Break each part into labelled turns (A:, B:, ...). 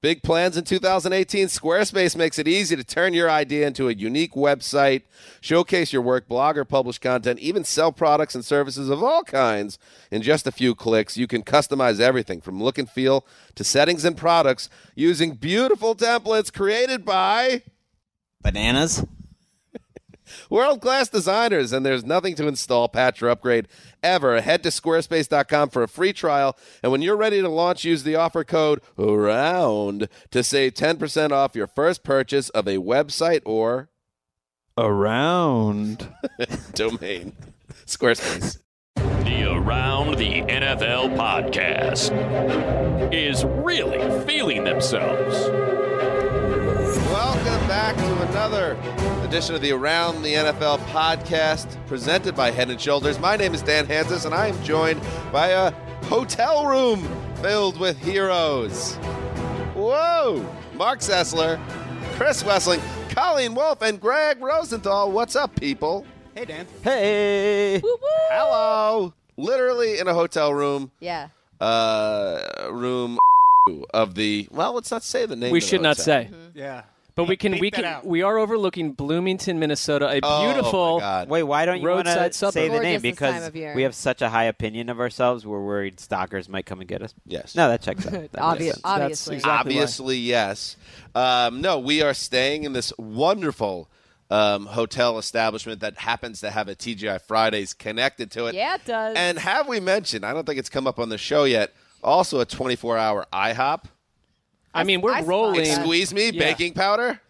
A: Big plans in 2018. Squarespace makes it easy to turn your idea into a unique website, showcase your work, blog or publish content, even sell products and services of all kinds in just a few clicks. You can customize everything from look and feel to settings and products using beautiful templates created by
B: Bananas?
A: World class designers, and there's nothing to install, patch, or upgrade ever. Head to squarespace.com for a free trial. And when you're ready to launch, use the offer code ROUND to save 10% off your first purchase of a website or
C: Around.
A: domain. Squarespace.
D: The Around the NFL podcast is really feeling themselves.
A: Welcome back to another edition of the Around the NFL podcast presented by Head and Shoulders. My name is Dan Hansis, and I am joined by a hotel room filled with heroes. Whoa! Mark Sessler, Chris Wessling, Colleen Wolf, and Greg Rosenthal. What's up, people?
B: Hey, Dan.
C: Hey.
A: Hello! Literally in a hotel room,
E: Yeah.
A: uh, room of the, well, let's not say the name
F: we
A: of the
F: should not
A: hotel.
F: say.
E: Mm-hmm.
G: Yeah.
F: But we can
G: Beep
F: we
G: that
F: can
G: out.
F: we are overlooking Bloomington, Minnesota, a
A: Oh, my
F: beautiful
A: God.
B: Wait, why don't you want
F: Roadside
B: to
F: suburb.
B: say the
E: Gorgeous
B: name?
E: this time
B: Because
E: of year.
B: we have such a high opinion of ourselves, we're worried stalkers might come and get us.
A: Yes.
B: No, that checks out. That makes
E: Obvious,
B: sense.
E: obviously.
F: exactly- why.
A: Obviously, yes. Um, no, we are staying in this wonderful um, hotel establishment that happens to have a TGI Fridays connected to it.
E: Yeah, it does.
A: And have we mentioned? I don't think it's come up on the show yet. Also, a 24-hour IHOP.
F: I mean, we're
E: I spy
F: rolling
E: that.
A: Squeeze me,
F: Yeah.
A: baking powder.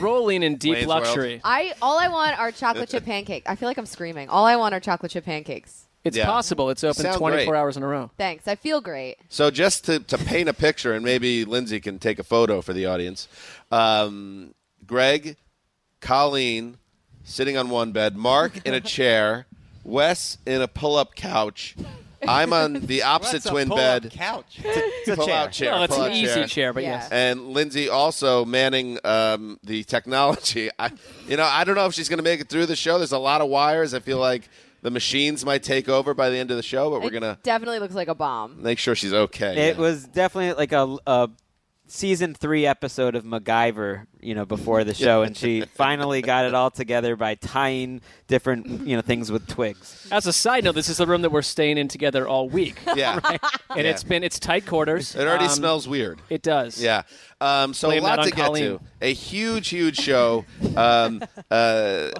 F: rolling in deep
A: Wayne's World.
F: luxury.
E: I all I want are chocolate chip pancakes. I feel like I'm screaming. All I want are chocolate chip pancakes.
F: It's
A: Yeah.
F: possible. It's open
A: Sound
F: 24
A: great.
F: hours in a row.
E: Thanks. I feel great.
A: So just to, to paint a picture, and maybe Lindsay can take a photo for the audience. Um, Greg, Colleen, sitting on one bed, Mark in a chair, Wes in a pull-up couch. I'm on the opposite
G: What's a
A: twin
G: pull-up
A: bed.
G: Couch.
B: It's a
A: Pull-out
B: chair.
A: chair.
F: Well, Oh, it's
A: pull-out
F: an easy chair, but
E: Yeah.
F: yes.
A: And Lindsay also manning um, the technology. I, you know, I don't know if she's going to make it through the show. There's a lot of wires. I feel like the machines might take over by the end of the show, but we're
E: It
A: going to
E: definitely looks like a bomb.
A: make sure she's okay.
B: It
A: Yeah.
B: was definitely like a, a season three episode of MacGyver, you know, before the show, and she finally got it all together by tying different, you know, things with twigs.
F: As a side note, this is the room that we're staying in together all week,
A: yeah.
F: and
A: Yeah.
F: it's been it's tight quarters.
A: It already
F: Um,
A: smells weird.
F: It does.
A: Yeah. Um, so
F: Blame
A: a lot
F: that
A: to get
F: on
A: to.
F: Colleen.
A: A huge, huge show. Um, uh,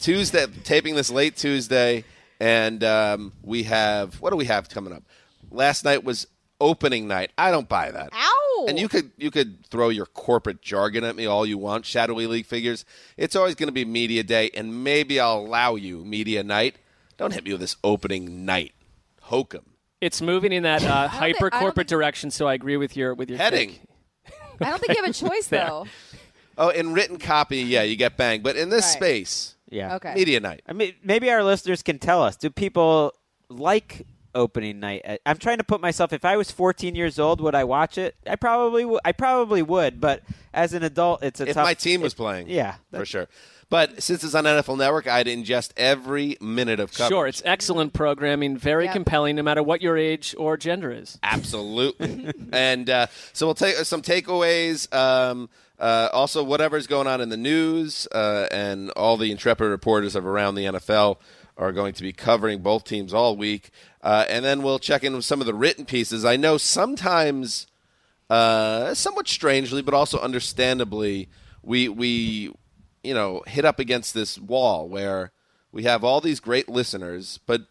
A: Tuesday, taping this late Tuesday, and um, we have what do we have coming up? Last night was opening night. I don't buy that.
E: Ow!
A: And you could you could throw your corporate jargon at me all you want, shadowy league figures. It's always going to be media day, and maybe I'll allow you media night. Don't hit me with this opening night, hokum
F: It's moving in that uh, hyper
E: I don't think-
F: corporate direction. So I agree with your with your
A: heading.
F: take.
E: I don't think you have a choice though.
A: Oh, in written copy, yeah, you get banged. But in this
E: Right.
A: space,
B: Yeah.
E: Okay.
A: media night.
B: I mean, maybe our listeners can tell us. Do people like opening night. I- I'm trying to put myself. If I was 14 years old, would I watch it? I probably would. I probably would. But as an adult, it's a
A: if
B: tough.
A: my team was
B: it-
A: playing.
B: yeah,
A: for sure. But since it's on NFL Network, I'd ingest every minute of coverage.
F: Sure, it's excellent programming, very
E: Yep.
F: compelling, no matter what your age or gender is.
A: Absolutely. and uh, so we'll take some takeaways. Um, uh, also, whatever's going on in the news, uh, and all the intrepid reporters of around the NFL are going to be covering both teams all week. Uh, and then we'll check in with some of the written pieces. I know sometimes, uh, somewhat strangely, but also understandably, we we you know hit up against this wall where we have all these great listeners, but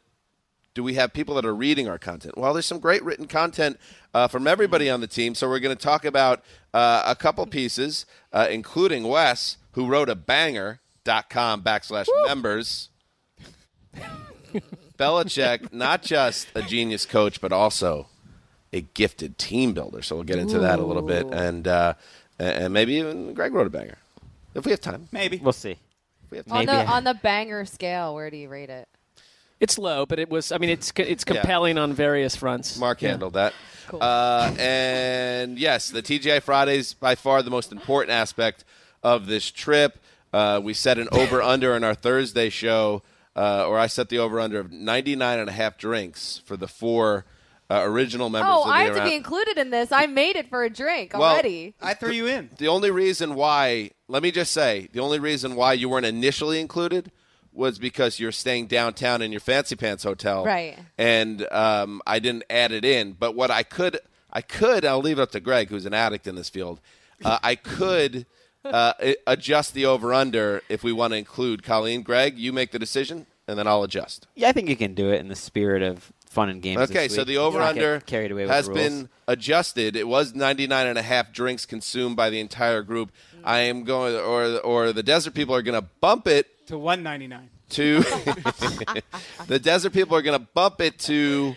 A: do we have people that are reading our content? Well, there's some great written content uh, from everybody on the team. So we're going to talk about uh, a couple pieces, uh, including Wes, who wrote a banger.com backslash members. Belichick, not just a genius coach, but also a gifted team builder. So we'll get into that a little bit. And, uh, and maybe even Greg wrote a banger. If we have time.
B: maybe we'll see.
A: If we have time.
E: On
B: Maybe.
E: the on the banger scale, where do you rate it?
F: It's low, but it was. I mean, it's it's compelling on various fronts.
A: Mark handled that. Uh, and yes, the TGI Fridays by far the most important aspect of this trip. Uh, we set an over under in our Thursday show, uh, or I set the over under of 99 and a half drinks for the four uh, original members
E: Oh,
A: of the
E: I have to
A: around-
E: be included in this. I made it for a drink
A: Well,
E: already.
B: I threw you in.
A: the only reason why, let me just say, the only reason why you weren't initially included was because you're staying downtown in your fancy pants hotel,
E: Right.
A: And um, I didn't add it in, but what I could, I could, I'll leave it up to Greg, who's an addict in this field. Uh, I could uh, i- adjust the over under if we want to include Colleen. Greg, you make the decision, and then I'll adjust.
B: Yeah, I think you can do it in the spirit of fun and games.
A: Okay,
B: this
A: so
B: week.
A: the
B: Let's
A: over
B: not get
A: under
B: carried away with
A: has
B: rules.
A: been adjusted. It was 99 and a half drinks consumed by the entire group. I am going or or the desert people are going to bump it
C: to 199.
A: to The desert people are going to bump it to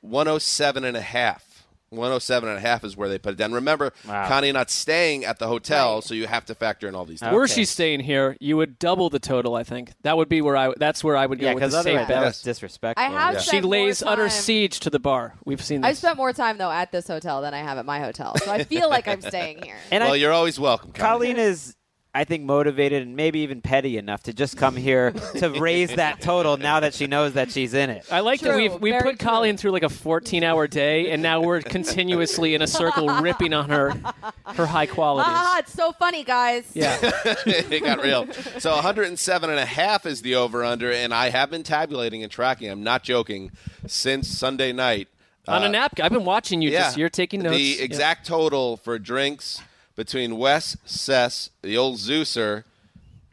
A: 107 and a half. 107 and a half is where they put it down. Remember,
B: Wow.
A: Connie not staying at the hotel, so you have to factor in all these things.
F: Were
B: Okay.
F: she staying here, you would double the total. I think that would be where I. That's where I would go
B: Yeah,
F: with the
B: because
F: safe
B: otherwise that
F: bet.
B: was disrespectful.
E: I have
F: She
E: spent more
F: lays utter
E: time-
F: siege to the bar. We've seen
E: I've
F: this.
E: spent more time though at this hotel than I have at my hotel, so I feel like I'm staying here.
B: And
A: Well,
B: I,
A: you're always welcome, Connie.
B: Colleen is, I think, motivated and maybe even petty enough to just come here to raise that total now that she knows that she's in it.
F: I like that
E: True,
F: we've we
E: very
F: put
E: true.
F: Colleen through like a 14 hour day, and now we're continuously in a circle ripping on her her high
E: Ah,
F: qualities.
E: it's so funny, guys.
F: Yeah,
A: it got real. So 107 and a half is the over under, and I have been tabulating and tracking. I'm not joking. Since Sunday night,
F: on a napkin. I've been watching you. Just you're taking notes.
A: Uh, The
F: Yeah.
A: exact total for drinks between Wes, Sess, the old Zeuser,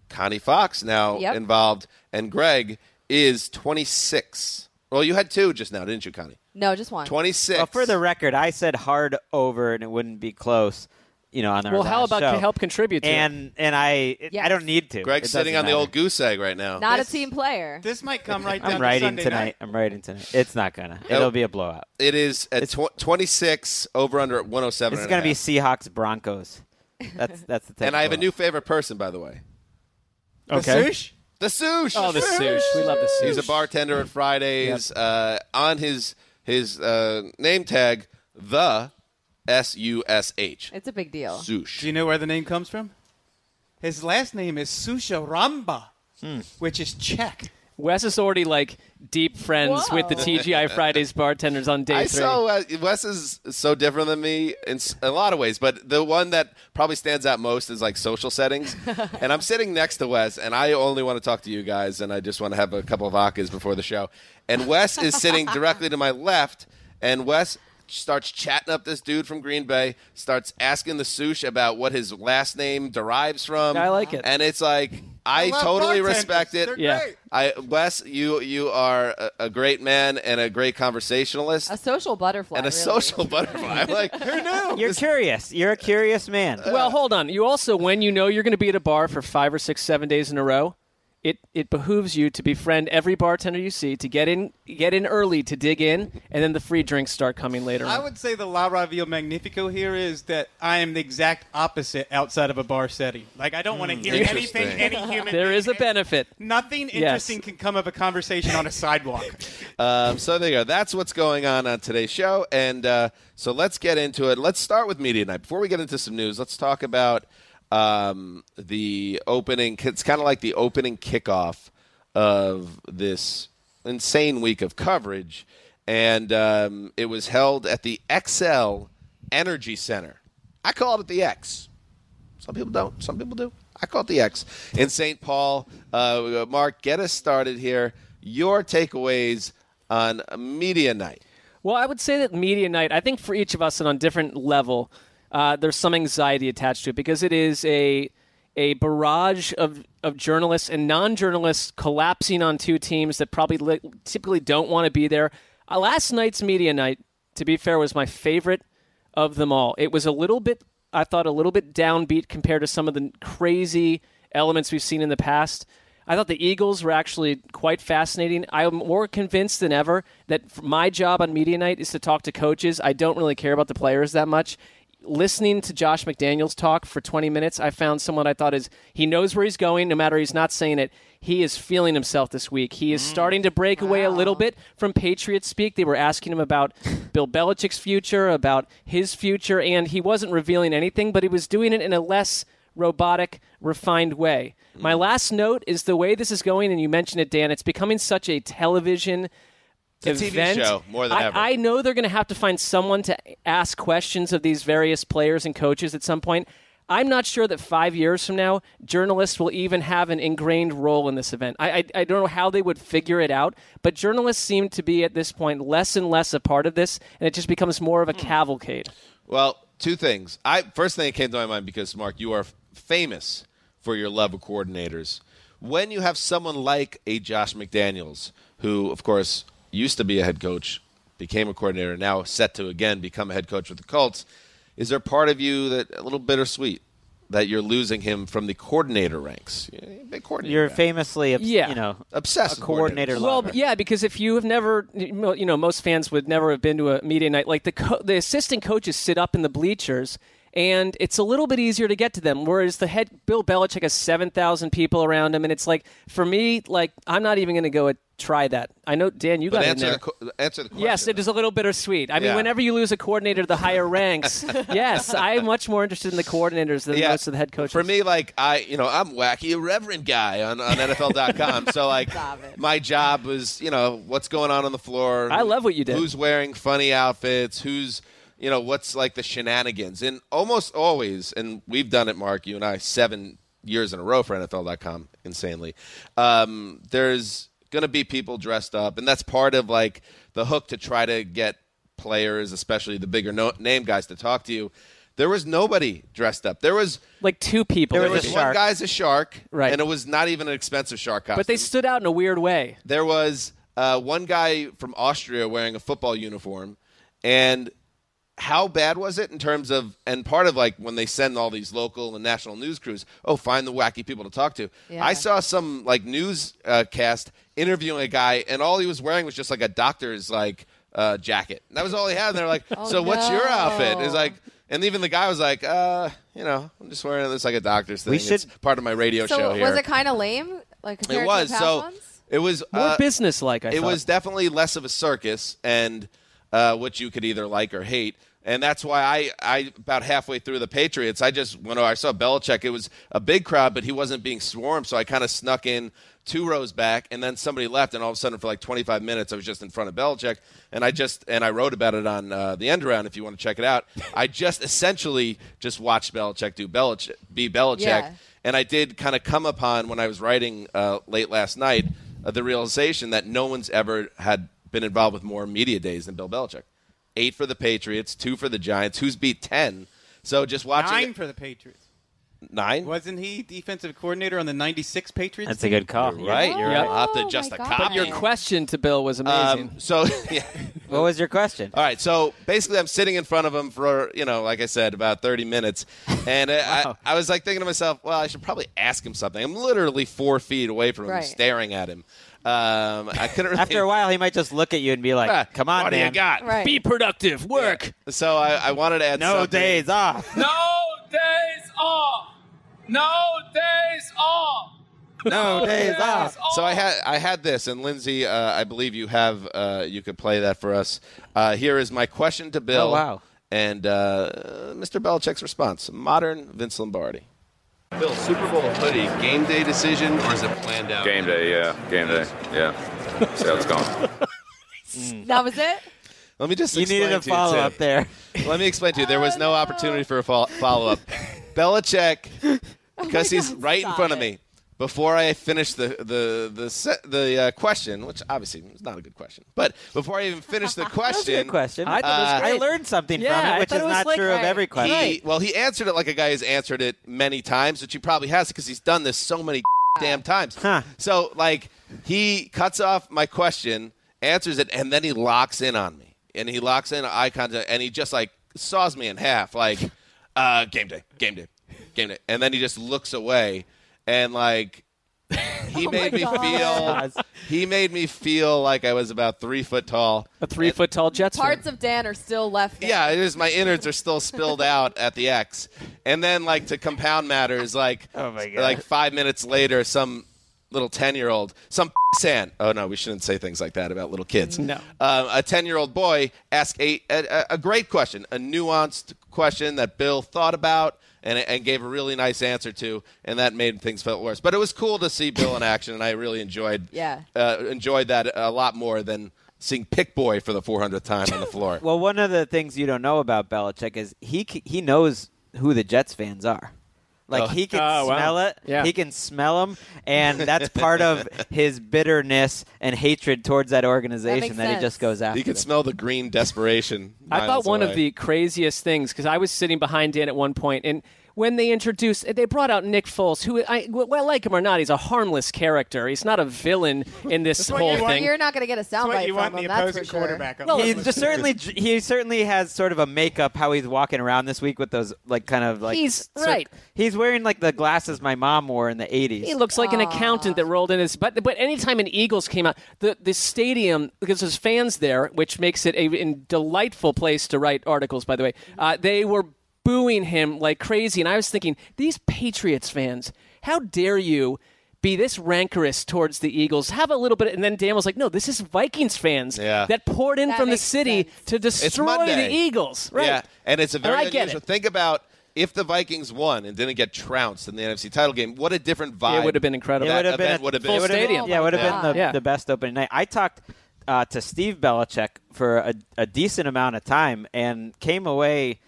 A: Connie Fox now
E: Yep.
A: involved, and Greg is 26. Well, you had two just now, didn't you, Connie?
E: No, just one.
A: 26.
B: Well, for the record, I said hard over, and it wouldn't be close. You know, on our
F: Well, how
B: last
F: about
B: show.
F: to help contribute to it?
B: and and I it-
E: Yes.
B: I don't need to.
A: Greg's
B: It
A: sitting on
B: doesn't
A: the
B: matter.
A: old goose egg right now.
E: Not
C: This-
E: a team player.
C: This might come right down
B: I'm
C: to
B: writing
C: Sunday
B: tonight.
C: night.
B: I'm writing tonight. It's not gonna. It'll be a blowout.
A: It is at tw- 26 over under at 107.
B: This is
A: and a
B: gonna be
A: half.
B: Seahawks Broncos. That's that's the. Type
A: And
B: of
A: I have a new
B: blowout.
A: favorite person, by the way.
C: Okay.
A: The Sush.
F: Oh, the sush. We love the sush.
A: He's a bartender at Fridays. Uh, on his his uh, name tag, the S U S H.
E: It's a big deal.
A: Sush.
C: Do you know where the name comes from? His last name is Susharamba, which is Czech.
F: Wes is already like deep friends
E: Whoa.
F: with the TGI Fridays bartenders on day
A: I
F: three.
A: saw uh, Wes is so different than me in s- a lot of ways, but the one that probably stands out most is like social settings. and I'm sitting next to Wes, and I only want to talk to you guys, and I just want to have a couple of vodkas before the show. And Wes is sitting directly to my left, and Wes starts chatting up this dude from Green Bay, starts asking the sush about what his last name derives from.
F: I like it.
A: And it's like I,
C: love
A: totally
C: bartenders.
A: respect it.
C: They're
F: Yeah.
C: great.
A: I Wes, you you are a, a great man and a great conversationalist
E: A social butterfly.
A: and a
E: really.
A: social butterfly. Like who knew?
B: You're curious. You're a curious man.
F: Well, hold on. You also, when you know you're going to be at a bar for five or six, seven days in a row, it, it behooves you to befriend every bartender you see to get in get in early to dig in, and then the free drinks start coming later.
C: I
F: on.
C: would say the La Ravio Magnifico here is that I am the exact opposite outside of a bar setting. Like I don't want to hear anything,
A: Hmm, interesting.
C: any human.
F: There
C: being-
F: is a benefit.
C: Nothing interesting can come of a conversation on a sidewalk.
A: Um, so there you go. That's what's going on on today's show. And uh, so let's get into it. Let's start with media night. Before we get into some news, let's talk about um, the opening. It's kind of like the opening kickoff of this insane week of coverage, and um, it was held at the XL Energy Center. I call it the X. Some people don't. Some people do. I call it the X in St. Paul. Uh, Mark, get us started here. Your takeaways on media night.
F: Well, I would say that media night, I think for each of us and on different level, uh, there's some anxiety attached to it because it is a a barrage of, of journalists and non-journalists collapsing on two teams that probably li- typically don't want to be there. Uh, last night's media night, to be fair, was my favorite of them all. It was a little bit, I thought, a little bit downbeat compared to some of the crazy elements we've seen in the past. I thought the Eagles were actually quite fascinating. I'm more convinced than ever that f- my job on Media Night is to talk to coaches. I don't really care about the players that much. Listening to Josh McDaniels talk for 20 minutes, I found someone I thought is he knows where he's going, no matter he's not saying it. He is feeling himself this week. He is starting to break away a little bit from Patriot speak. They were asking him about Bill Belichick's future, about his future, and he wasn't revealing anything, but he was doing it in a less robotic, refined way. My last note is the way this is going, and you mentioned it, Dan. It's becoming such a television
A: It's a TV
F: event.
A: show more than
F: I,
A: ever.
F: I know they're going to have to find someone to ask questions of these various players and coaches at some point. I'm not sure that five years from now, journalists will even have an ingrained role in this event. I, I, I don't know how they would figure it out, but journalists seem to be at this point less and less a part of this, and it just becomes more of
A: Hmm.
F: a cavalcade.
A: Well, two things. I first thing that came to my mind because Mark, you are f- famous for your love of coordinators. When you have someone like a Josh McDaniels, who of course used to be a head coach, became a coordinator, now set to again become a head coach with the Colts, is there part of you that a little bittersweet that you're losing him from the coordinator ranks? Yeah, Big coordinator.
B: You're
A: guy.
B: famously, obs-
F: Yeah.
B: you know,
A: Obsessed
B: a
A: with coordinators.
B: coordinator.
F: Well,
B: lover.
F: yeah, because if you have never, you know, most fans would never have been to a media night. Like the co- the assistant coaches sit up in the bleachers, and it's a little bit easier to get to them. Whereas the head Bill Belichick has seven thousand people around him, and it's like for me, like I'm not even going to go and try that. I know Dan, you
A: But
F: got in
A: answer
F: there.
A: the, co- answer the question.
F: Yes, it is a little bittersweet. I mean,
A: Yeah.
F: whenever you lose a coordinator to the higher ranks, yes, I'm much more interested in the coordinators than most of the head coaches.
A: For me, like I, you know, I'm wacky irreverent guy on, on NFL.com. so like, my job was, you know, what's going on on the floor.
F: I love what you did.
A: Who's wearing funny outfits? Who's, you know, what's like the shenanigans? And almost always, and we've done it, Mark, you and I, seven years in a row for NFL.com, insanely. Um, there's going to be people dressed up, and that's part of like the hook to try to get players, especially the bigger no- name guys, to talk to you. There was nobody dressed up. There was
F: like two people,
B: There
A: there
B: was
A: was
B: a
A: one
B: shark.
A: guy's a shark,
F: Right.
A: And it was not even an expensive shark costume.
F: but they stood out in a weird way.
A: there was uh, one guy from Austria wearing a football uniform, and how bad was it in terms of and part of like when they send all these local and national news crews? Oh, find the wacky people to talk to.
E: Yeah.
A: I saw some like news uh, cast interviewing a guy, and all he was wearing was just like a doctor's like uh, jacket. And that was all he had. And they're like, "So what's your outfit?"
E: Oh,
A: Is
E: no.
A: like. And even the guy was like, uh, you know, I'm just wearing this like a doctor's thing.
B: We
A: It's
B: should-
A: part of my radio show
E: So
A: here.
E: was it kind of lame? Like compared
A: It
E: to
A: was
E: the past
A: so.
E: ones?
A: It was
F: More
A: uh,
F: business-like, I
A: It
F: thought.
A: was definitely less of a circus, and uh, which you could either like or hate. And that's why I, I about halfway through the Patriots, I just when I saw Belichick, it was a big crowd, but he wasn't being swarmed, so I kind of snuck in two rows back, and then somebody left, and all of a sudden for like 25 minutes, I was just in front of Belichick, and I just and I wrote about it on uh, the end around if you want to check it out. I just essentially just watched Belichick do Belichick be Belichick,
E: Yeah.
A: and I did kind of come upon when I was writing uh, late last night uh, the realization that no one's ever had been involved with more media days than Bill Belichick. Eight for the Patriots, two for the Giants. Who's beat ten? So just watching
C: Nine
A: it-
C: for the Patriots.
A: nine.
C: Wasn't he defensive coordinator on the '96 Patriots?
B: That's a good call.
A: You're right. You're
F: Yeah.
A: right. I'll have to
E: Oh,
A: adjust
E: my
A: the
E: God. But
A: copy.
E: your
F: Your question to Bill was amazing.
A: um, so yeah.
B: What was your question?
A: All right, so basically, I'm sitting in front of him for you know, like I said, about 30 minutes, and I, I was like thinking to myself, well, I should probably ask him something. I'm literally four feet away from him,
E: Right.
A: staring at him. Um, I couldn't. Really
B: After a while, he might just look at you and be like,
A: Ah,
B: "Come on,
A: what
B: man.
A: do you got?
E: Right.
F: Be productive. Work.
A: So I, I wanted to add
B: No
A: something.
B: days off."
G: No days off. No days off.
B: No days off.
A: So I had I had this, and Lindsay, uh, I believe you have uh, you could play that for us. Uh, here is my question to Bill.
B: Oh, wow.
A: And uh, Mr. Belichick's response: Modern Vince Lombardi. Bill, Super Bowl hoodie, game day decision, or is it planned out?
H: Game day, yeah. Game day, yeah. See how it's going.
E: That was it.
A: Let me just
B: You
A: explain
B: needed a
A: to you,
B: follow up
A: Tim.
B: there.
A: Let me explain to you. There was no opportunity for a follow up. Belichick, because he's
E: Oh God,
A: right in
E: stop
A: front of
E: it.
A: me. Before I finish the the the se- the uh, question, which obviously is not a good question, but before I even finish the
B: That's a
A: question,
B: good question.
F: I thought it was
B: Uh, I
F: great.
B: learned something
F: Yeah,
B: from
F: I
B: it, which
F: thought
B: is
F: it was
B: not
F: like-
B: true of
F: Right.
B: every
A: he
B: question.
A: well he answered it like a guy who's answered it many times, which he probably has because he's done this so many damn times.
B: Huh.
A: So like he cuts off my question, answers it, and then he locks in on me, and he locks in eye contact, and he just like saws me in half, like uh, game day, game day, game day, and then he just looks away, and like. He made me feel. He made me feel like I was about three foot tall.
F: A three foot tall Jets. fan.
E: Parts of Dan are still left. there.
A: Yeah, it is. My innards are still spilled out at the X, and then like to compound matters, like
B: Oh, my God.
A: like five minutes later, some little ten year old, some sand. Oh no, we shouldn't say things like that about little kids.
F: No.
A: um, a ten year old boy asked a, a a great question, a nuanced question that Bill thought about. And, and gave a really nice answer to, and that made things felt worse. But it was cool to see Bill in action, and I really enjoyed
E: Yeah.
A: uh, enjoyed that a lot more than seeing Pick Boy for the 400th time on the floor.
B: Well, one of the things you don't know about Belichick is he c- he knows who the Jets fans are. Like
A: Oh.
B: he can
F: Oh, wow.
B: smell it.
F: Yeah.
B: He can smell them, and that's part of his bitterness and hatred towards that organization
E: makes
B: that, he just
E: sense.
B: goes after.
A: You could
B: them.
A: smell the green desperation.
F: I thought
A: miles
F: one of
A: away.
F: the craziest things because I was sitting behind Dan at one point, and when they introduced, they brought out Nick Foles, who I well, like him or not, he's a harmless character. He's not a villain in this
C: what
F: whole
C: you want.
F: thing.
E: You're not going to get a
C: That's what
E: soundbite
C: you
E: from
C: want in
E: him.
C: the
E: That's for
C: opposing
E: sure.
C: quarterback. on
B: He
C: the
B: just certainly he certainly has sort of a makeup how he's walking around this week with those like kind of like
F: He's- right.
B: He's wearing like the glasses my mom wore in the 80s.
F: He looks like an accountant that rolled in his. But but anytime an Eagles came out, the the stadium because there's fans there, which makes it a, in delightful place to write articles. By the way, uh, they were booing him like crazy, and I was thinking, these Patriots fans, how dare you? Be this rancorous towards the Eagles. Have a little bit, and then Dan was like, "No, this is Vikings fans
A: Yeah.
F: that poured in
E: That
F: from the
E: makes
F: city
E: sense.
F: to destroy
A: Monday.
F: the Eagles." Right?
A: Yeah, and it's a very
F: I get
A: unusual.
F: it.
A: Think about if the Vikings won and didn't get trounced in the NFC title game. What a different vibe!
F: It would have been incredible.
A: That
B: It would have been
A: event
B: a
A: would have been-
F: full
B: it would have been-
F: stadium.
B: yeah, it would have
E: Oh my
B: been
E: God.
B: the,
F: Yeah.
B: the best opening night. I talked uh, to Steve Belichick for a, a decent amount of time and came away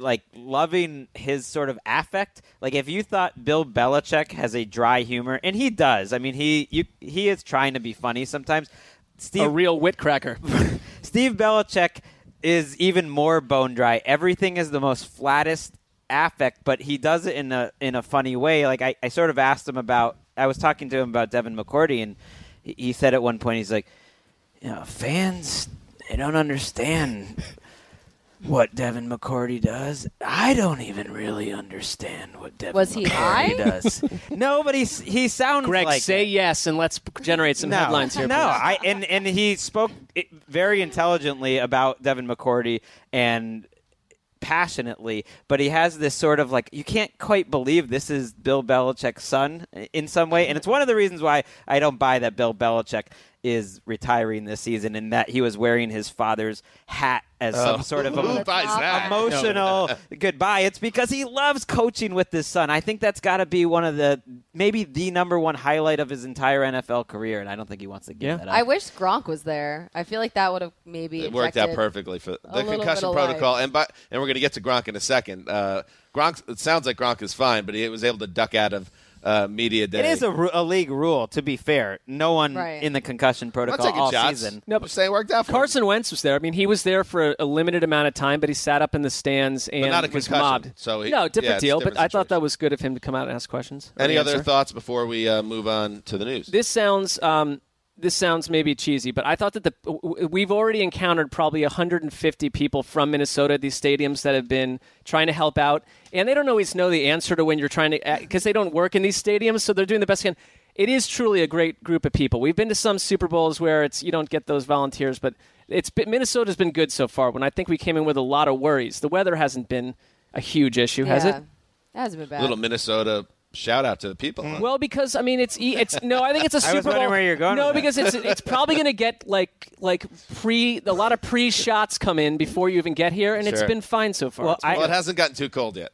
B: like loving his sort of affect. Like if you thought Bill Belichick has a dry humor, and he does. I mean, he you, he is trying to be funny sometimes. Steve
F: a real witcracker.
B: Steve Belichick is even more bone dry. Everything is the most flattest affect, but he does it in a in a funny way. Like I, I sort of asked him about. I was talking to him about Devin McCourty, and he- he said at one point, he's like, you know, fans they don't understand what Devin McCourty does. I don't even really understand what Devin
E: Was he
B: McCourty
E: high?
B: does. no, but he's he sounds
F: Greg,
B: like
F: say
B: it
F: yes, and let's generate some headlines here.
B: no,
F: please.
B: I and and he spoke it- very intelligently about Devin McCourty and passionately, but he has this sort of like you can't quite believe this is Bill Belichick's son in some way, and it's one of the reasons why I don't buy that Bill Belichick is retiring this season and that he was wearing his father's hat as some sort of
A: Who
B: a,
A: buys that?
B: emotional goodbye. It's because he loves coaching with his son. I think that's got to be one of the maybe the number one highlight of his entire NFL career, and I don't think he wants to give
F: Yeah.
B: that up.
E: I wish Gronk was there. I feel like that would have maybe
A: It worked out
E: injected-
A: perfectly for the
E: little bit
A: concussion
E: of
A: protocol, and by, and we're going to get to Gronk in a second. Uh, Gronk, it sounds like Gronk is fine, but he was able to duck out of uh, media day.
B: It is a, ru- a league rule, to be fair. No one in the concussion protocol
A: taking
B: all
A: shots.
B: season.
F: No, but
A: saying worked out.
F: Carson Wentz was there. I mean, he was there for a limited amount of time, but he sat up in the stands and
A: not a
F: was
A: concussion,
F: mobbed.
A: so he-
F: no, different
A: yeah, it's a
F: deal.
A: different
F: but I thought that was good of him to come out and ask questions. or
A: Any other
F: answer.
A: thoughts before we uh, move on to the news?
F: This sounds um, this sounds maybe cheesy, but I thought that the w- w- we've already encountered probably 150 people from Minnesota at these stadiums that have been trying to help out, and they don't always know the answer to when you're trying to because they don't work in these stadiums, so they're doing the best they can. It is truly a great group of people. We've been to some Super Bowls where it's you don't get those volunteers, but it's been, Minnesota's been good so far. When I think we came in with a lot of worries, the weather hasn't been a huge issue, has
E: yeah.
F: it?
E: That hasn't been bad.
A: Little Minnesota shout out to the people. huh?
F: Hmm. Well, because I mean, it's e- it's no, I think it's a
A: I was
F: Super
A: wondering
F: Bowl.
A: where you're going
F: No,
A: with that.
F: because it's it's probably going to get like like pre a lot of pre shots come in before you even get here, and it's
A: Sure.
F: been fine so far. It's
A: well,
F: been-
A: it hasn't gotten too cold yet.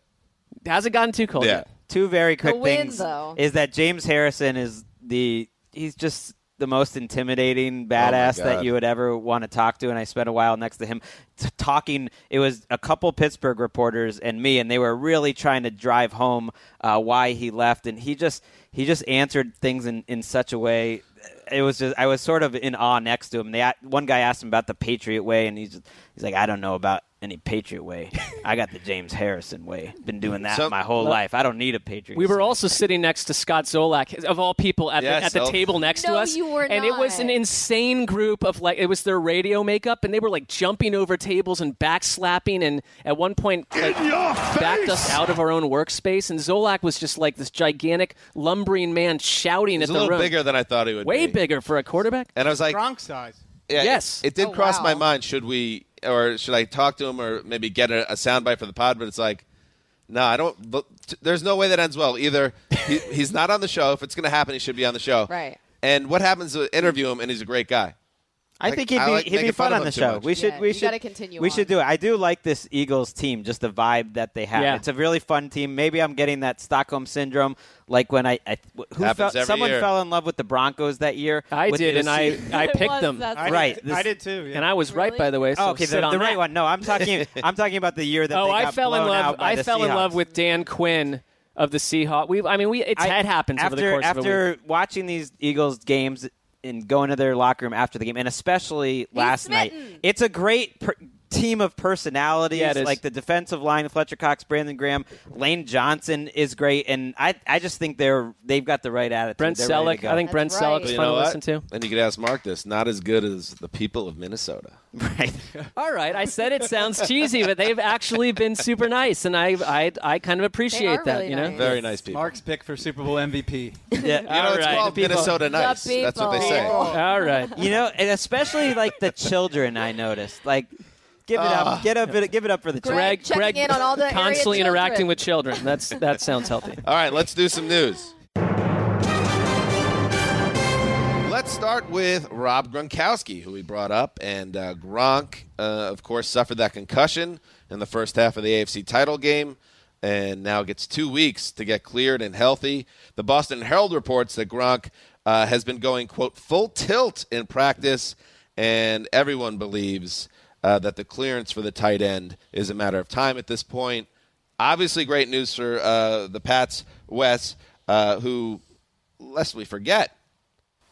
F: hasn't gotten too cold. yet.
B: Two very quick
F: The wind,
B: things
F: though.
B: is that James Harrison is the he's just the most intimidating badass
F: God.
B: that you would ever want to talk to and I spent a while next to him t- talking it was a couple Pittsburgh reporters and me and they were really trying to drive home uh, why he left and he just he just answered things in, in such a way it was just I was sort of in awe next to him they a- one guy asked him about the Patriot way and he's just, he's like I don't know about any Patriot way I got the James Harrison way been doing that
F: Some-
B: my whole
F: Well-
B: life I don't need a Patriot
F: We were also sitting next to Scott Zolak, of all people, at
B: Yes,
F: the, at the
B: so-
F: table next to
E: No,
F: us.
E: you were
F: and it was an insane group of like, it was their radio makeup, and they were like jumping over tables and back slapping, and at one point, like, backed us out of our own workspace. And Zolak was just like this gigantic, lumbering man shouting
A: He's a
F: at the
A: little
F: room.
A: bigger than I thought he would
F: Way
A: be.
F: bigger for a quarterback.
A: And I was like,
C: Bronx size.
A: yeah, it-
F: Yes.
A: It, did
C: Oh,
A: cross
C: wow.
A: my mind. Should we, or should I talk to him, or maybe get a, a soundbite for the pod? But it's like, no, I don't. But t- there's no way that ends well. Either he, he's not on the show. If it's going to happen, he should be on the show.
E: Right.
A: And what happens to interview him, and he's a great guy.
B: I
A: Like,
B: think he'd be,
A: I like
B: he'd be
A: making
B: fun,
A: fun of
B: on the
A: him too
B: show.
A: much.
B: We should
E: Yeah,
B: we
E: you
B: should
E: gotta continue
B: we
E: on.
B: should do it. I do like this Eagles team, just the vibe that they have.
F: Yeah.
B: It's a really fun team. Maybe I'm getting that Stockholm syndrome, like when I, I who
A: Happens
B: fell,
A: every
B: someone
A: year.
B: fell in love with the Broncos that year.
F: I
B: with
F: did,
B: the
F: and I,
B: seed.
F: I picked them.
B: right. This-
C: too.
F: And I was right, by the way. So
B: oh, okay,
F: sit
B: the,
F: on
B: the right
F: that.
B: one. No, I'm talking. I'm talking about the year that
F: oh,
B: they
F: I
B: got
F: fell in
B: blown
F: love.
B: out by
F: I
B: the
F: fell in
B: Seahawks.
F: love with Dan Quinn of the Seahawks. We, I mean, we it's,
B: I-
F: it happens
B: after,
F: over the course
B: after
F: of a week.
B: watching these Eagles games and going to their locker room after the game, and especially last night. It's a great per- team of personalities,
F: Yeah, it is.
B: like the defensive line, Fletcher Cox, Brandon Graham, Lane Johnson is great, and I I just think they're they've got the right attitude.
F: Brent
B: They're ready to
F: Selleck,
B: go.
F: I think Brent That's right. Selleck's
A: But you
F: fun
A: know
F: to
A: what?
F: listen to.
A: And you could ask Mark this: not as good as the people of Minnesota.
B: Right.
F: All right, I said it sounds cheesy, but they've actually been super nice, and I I, I kind of appreciate that. you know,
A: Very nice people.
C: Mark's pick for Super Bowl MVP.
B: Yeah,
A: You know, it's called Minnesota nice. That's what they say.
F: All right.
B: You know, and especially like the children. I noticed like. Give it
F: Ah.
B: up! Get up! Give it up for the children.
F: Greg, Greg constantly interacting with children. That's that sounds healthy.
A: All right, let's do some news. Let's start with Rob Gronkowski, who we brought up, and uh, Gronk, uh, of course, suffered that concussion in the first half of the AFC title game, and now gets two weeks to get cleared and healthy. The Boston Herald reports that Gronk uh, has been going quote full tilt in practice, and everyone believes uh, that the clearance for the tight end is a matter of time at this point. Obviously, great news for uh, the Pats, Wes, uh, who, lest we forget,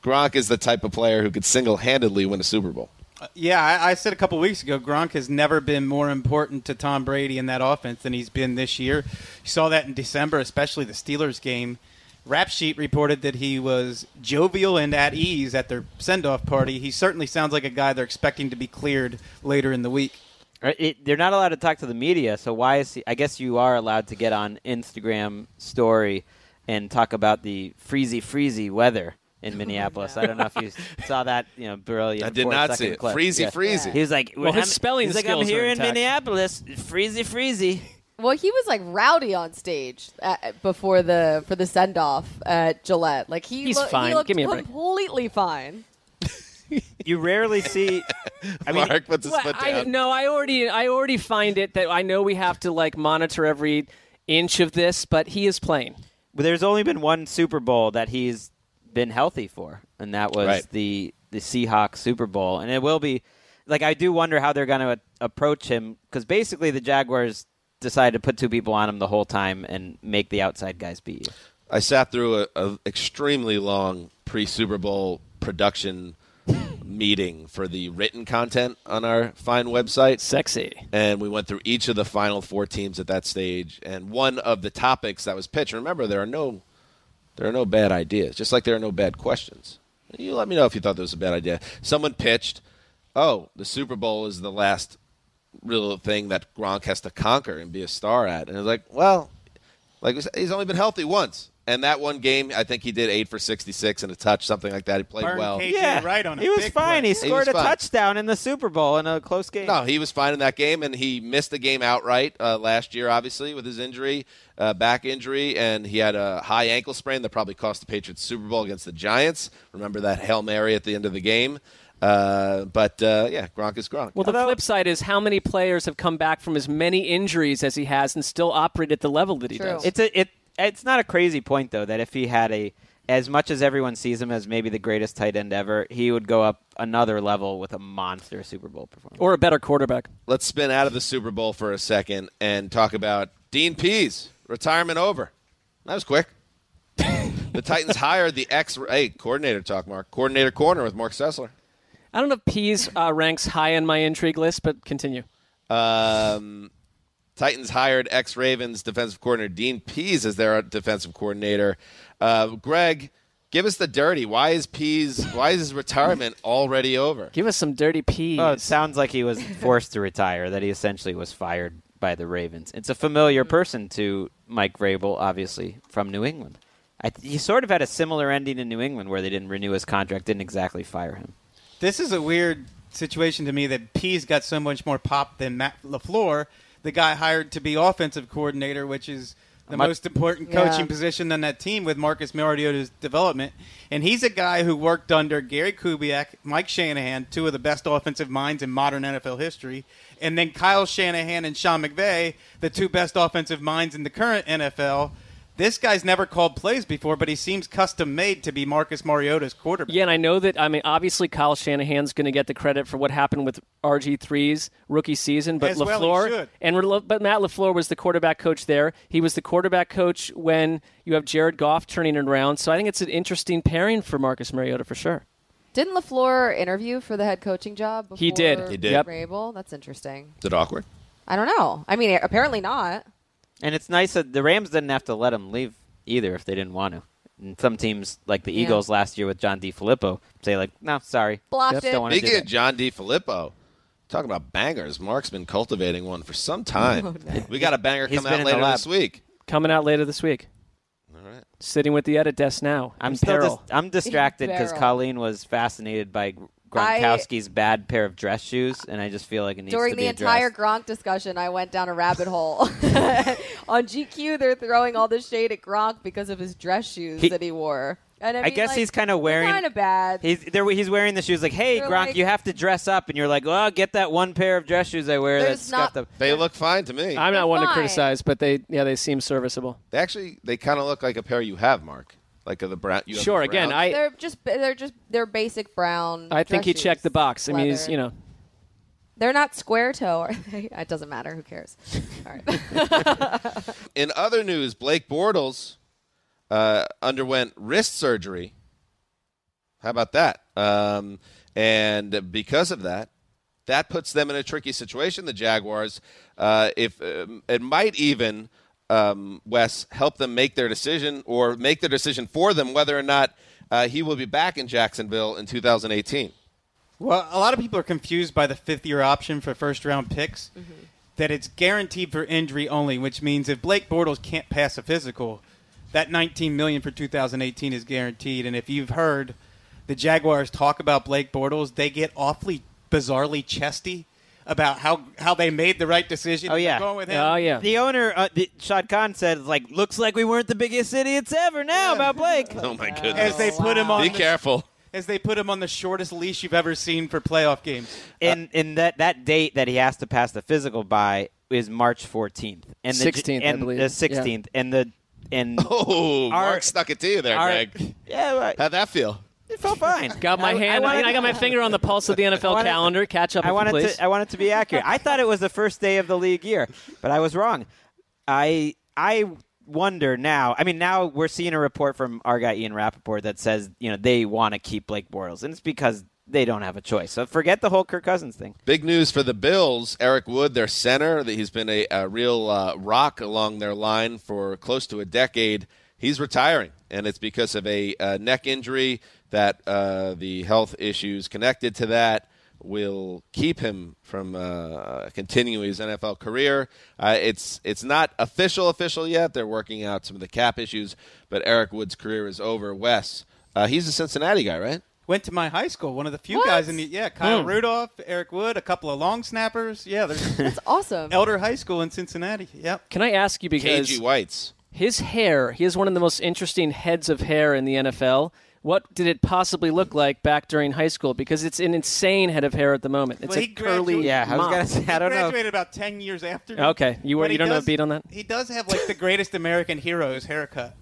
A: Gronk is the type of player who could single handedly win a Super Bowl.
C: Yeah, I, I said a couple weeks ago, Gronk has never been more important to Tom Brady in that offense than he's been this year. You saw that in December, especially the Steelers game. Rap Sheet reported that he was jovial and at ease at their send off party. He certainly sounds like a guy they're expecting to be cleared later in the week.
B: Right, it- they're not allowed to talk to the media, so why is he? I guess you are allowed to get on Instagram story and talk about the freezy, freezy weather
F: Oh,
B: in Minneapolis. I don't know if you saw that, you know, brilliant.
A: I did
B: four
A: not
B: second
A: see it.
B: clip.
A: Freezy,
B: Yeah.
A: freezy.
B: He was like,
F: Well, his
B: I'm-
F: spelling
B: he's like,
F: skills
B: I'm here
F: are
B: in
F: intact.
B: Minneapolis, freezy, freezy.
E: Well, he was like rowdy on stage at, before the for the send off at Gillette. Like he
B: He's
E: loo-
B: fine.
E: He looked
B: Give me a break.
E: completely fine.
B: You rarely see. I mean,
A: Mark puts his
F: Well,
A: foot
F: I-
A: down.
F: no, I already I already find it that I know we have to like monitor every inch of this, but he is playing.
B: But there's only been one Super Bowl that he's been healthy for, and that was
F: Right.
B: the the Seahawks Super Bowl. And it will be like I do wonder how they're going to approach him because basically the Jaguars decided to put two people on him the whole time and make the outside guys beat you.
A: I sat through a, a extremely long pre Super Bowl production meeting for the written content on our fine website.
F: Sexy.
A: And we went through each of the final four teams at that stage, and one of the topics that was pitched. Remember, there are no there are no bad ideas, just like there are no bad questions. You let me know if you thought that was a bad idea. Someone pitched, "Oh, the Super Bowl is the last real thing that Gronk has to conquer and be a star at," and it's like, well, like he's only been healthy once. And that one game, I think he did eight for sixty-six and a touch, something like that. He played
C: Burned
A: well.
C: KJ
B: Yeah,
C: right on. A
B: he was
C: big
B: fine. He
C: play.
A: was
B: scored a
A: fine.
B: touchdown in the Super Bowl in a close game.
A: No, he was fine in that game, and he missed the game outright uh, last year, obviously, with his injury, uh, back injury, and he had a high ankle sprain that probably cost the Patriots Super Bowl against the Giants. Remember that Hail Mary at the end of the game? Uh, but, uh, yeah, Gronk is Gronk.
F: Well, the flip side is how many players have come back from as many injuries as he has and still operate at the level that he
E: True.
F: does.
B: It's a it. It's not a crazy point though that if he had a as much as everyone sees him as maybe the greatest tight end ever, he would go up another level with a monster Super Bowl performance.
F: or a better quarterback.
A: Let's spin out of the Super Bowl for a second and talk about Dean Pease, retirement over. That was quick. the Titans hired the ex hey, coordinator talk, Mark. Coordinator corner with Mark Sessler.
F: I don't know if Pease uh, ranks high on my intrigue list, but continue.
A: Um, Titans hired ex Ravens defensive coordinator Dean Pease as their defensive coordinator. Uh, Greg, give us the dirty. Why is Pease? Why is his retirement already over?
F: Give us some dirty peas.
B: Oh, it sounds like he was forced to retire. That he essentially was fired by the Ravens. It's a
E: Mm.
B: familiar person to Mike Vrabel, obviously from New England. I, th- he sort of had a similar ending in New England where they didn't renew his contract, didn't exactly fire him.
C: This is a weird situation to me that P's got so much more pop than Matt LaFleur, the guy hired to be offensive coordinator, which is the
B: Much-
C: most important
E: Yeah.
C: coaching position on that team with Marcus Mariota's development. And he's a guy who worked under Gary Kubiak, Mike Shanahan, two of the best offensive minds in modern NFL history, and then Kyle Shanahan and Sean McVay, the two best offensive minds in the current NFL. This guy's never called plays before, but he seems custom made to be Marcus Mariota's quarterback.
F: Yeah, and I know that. I mean, obviously, Kyle Shanahan's going to get the credit for what happened with RG3's rookie season, but
C: As well he
F: Lafleur
C: should.
F: and we're lo- but Matt Lafleur was the quarterback coach there. He was the quarterback coach when you have Jared Goff turning it around. So I think it's an interesting pairing for Marcus Mariota for sure.
E: Didn't Lafleur interview for the head coaching job? Before
F: He did. He
A: did.
F: Yep.
E: Rabel? That's interesting.
A: Is it awkward?
E: I don't know. I mean, apparently not.
B: And it's nice that the Rams didn't have to let him leave either if they didn't want to. And some teams, like the
E: Yeah.
B: Eagles last year with John D. Filippo, say like, "No, sorry,
E: Blocked
B: Just
E: it.
B: Don't want to do
A: Speaking of
B: that.
A: John D. Filippo, talking about bangers, Mark's been cultivating one for some time. We got a banger
B: Oh, He's
A: coming out
B: been in the
A: later
B: lab.
A: this week.
F: Coming out later this week.
A: All right.
F: Sitting with the edit desk now.
B: I'm
F: In
B: still
F: peril.
B: dis- I'm distracted because
E: Barrel.
B: Colleen was fascinated by Gronkowski's bad pair of dress shoes, and I just feel like it needs
E: During
B: to be
E: the entire
B: addressed.
E: Gronk discussion, I went down a rabbit hole. On GQ, they're throwing all the shade at Gronk because of his dress shoes
B: He-
E: that he wore. And I,
B: I
E: mean,
B: guess
E: like,
B: he's kind of wearing.
E: kind of bad.
B: He's there. He's wearing the shoes. Like, hey,
E: They're
B: Gronk,
E: like-
B: you have to dress up, and you're like, oh, get that one pair of dress shoes I wear
E: There's
B: that's scuffed
E: not-
B: up.
A: They look fine to me.
F: I'm not one to
E: fine.
F: criticize, but they yeah they seem serviceable.
A: they actually they kind of look like a pair you have, Mark. Like of the brown. You have the
F: Sure, again,
A: brown.
F: I
E: they're just they're just they're basic brown.
F: I think
E: dress
F: he checked
E: shoes.
F: the box. I mean, he's
E: Leather.
F: you know
E: they're not square toe. Are they? It doesn't matter. Who cares? All right.
A: In other news, Blake Bortles uh, underwent wrist surgery. How about that? Um, and because of that, that puts them in a tricky situation. The Jaguars, uh, if um, it might even um, Wes help them make their decision or make their decision for them whether or not uh, he will be back in Jacksonville in 2018.
C: Well, a lot of people are confused by the fifth year option for first round picks that it's guaranteed for injury only, which means if Blake Bortles can't pass a physical, that 19 million for 2018 is guaranteed and if you've heard the Jaguars talk about Blake Bortles, they get awfully bizarrely chesty about how how they made the right decision
B: Oh,
C: They're
B: yeah.
C: going with him.
F: oh yeah
B: The owner, uh, the, Shad Khan, said, "Like, looks like we weren't the biggest idiots ever." Now about Blake.
A: Oh my goodness!
C: As they put him on
A: be
C: the-
A: careful.
C: as they put him on the shortest leash you've ever seen for playoff games.
B: in in that that date that he has to pass the physical by is March 14th and the
F: 16th, I
B: and
F: believe.
B: the 16th and the and
A: Oh,
B: Our-
A: Mark stuck it to you there,
B: our-
A: Greg.
B: yeah right.
A: How'd that feel?
B: it felt fine.
F: Got my
B: I-
F: hand. I,
B: I wanted,
F: I got my finger on the pulse of the NFL
B: wanted-
F: calendar. Catch up,
B: I
F: if you
B: wanted
F: please.
B: to I wanted to be accurate. I thought it was the first day of the league year, but I was wrong. I I wonder now. I mean, now we're seeing a report from our guy Ian Rappaport that says you know they want to keep Blake Bortles, and it's because they don't have a choice. So forget the whole Kirk Cousins thing.
A: Big news for the Bills. Eric Wood, their center, that he's been a, a real uh, rock along their line for close to a decade. He's retiring, and it's because of a uh, neck injury that uh, the health issues connected to that will keep him from uh, continuing his NFL career. Uh, it's it's not official official yet. They're working out some of the cap issues, but Eric Wood's career is over. Wes, uh, he's a Cincinnati guy, right?
C: Went to my high school. One of the few guys in the yeah, Kyle Rudolph, Eric Wood, a couple of long snappers. Yeah, there's
E: That's awesome.
C: Elder High School in Cincinnati. Yep.
F: Can I ask you because
A: KG Whites.
F: his hair, he has one of the most interesting heads of hair in the NFL. What did it possibly look like back during high school? Because it's an insane head of hair at the moment. It's
C: Well,
F: a
C: he
F: curly.
C: graduated-
B: Yeah, I was
F: mop.
B: gonna say I
C: He
B: don't know.
C: graduated about ten years after. me.
F: Okay, you
C: But
F: you
C: he
F: don't know
C: does-
F: a beat on that.
C: He does have like the greatest American heroes haircut.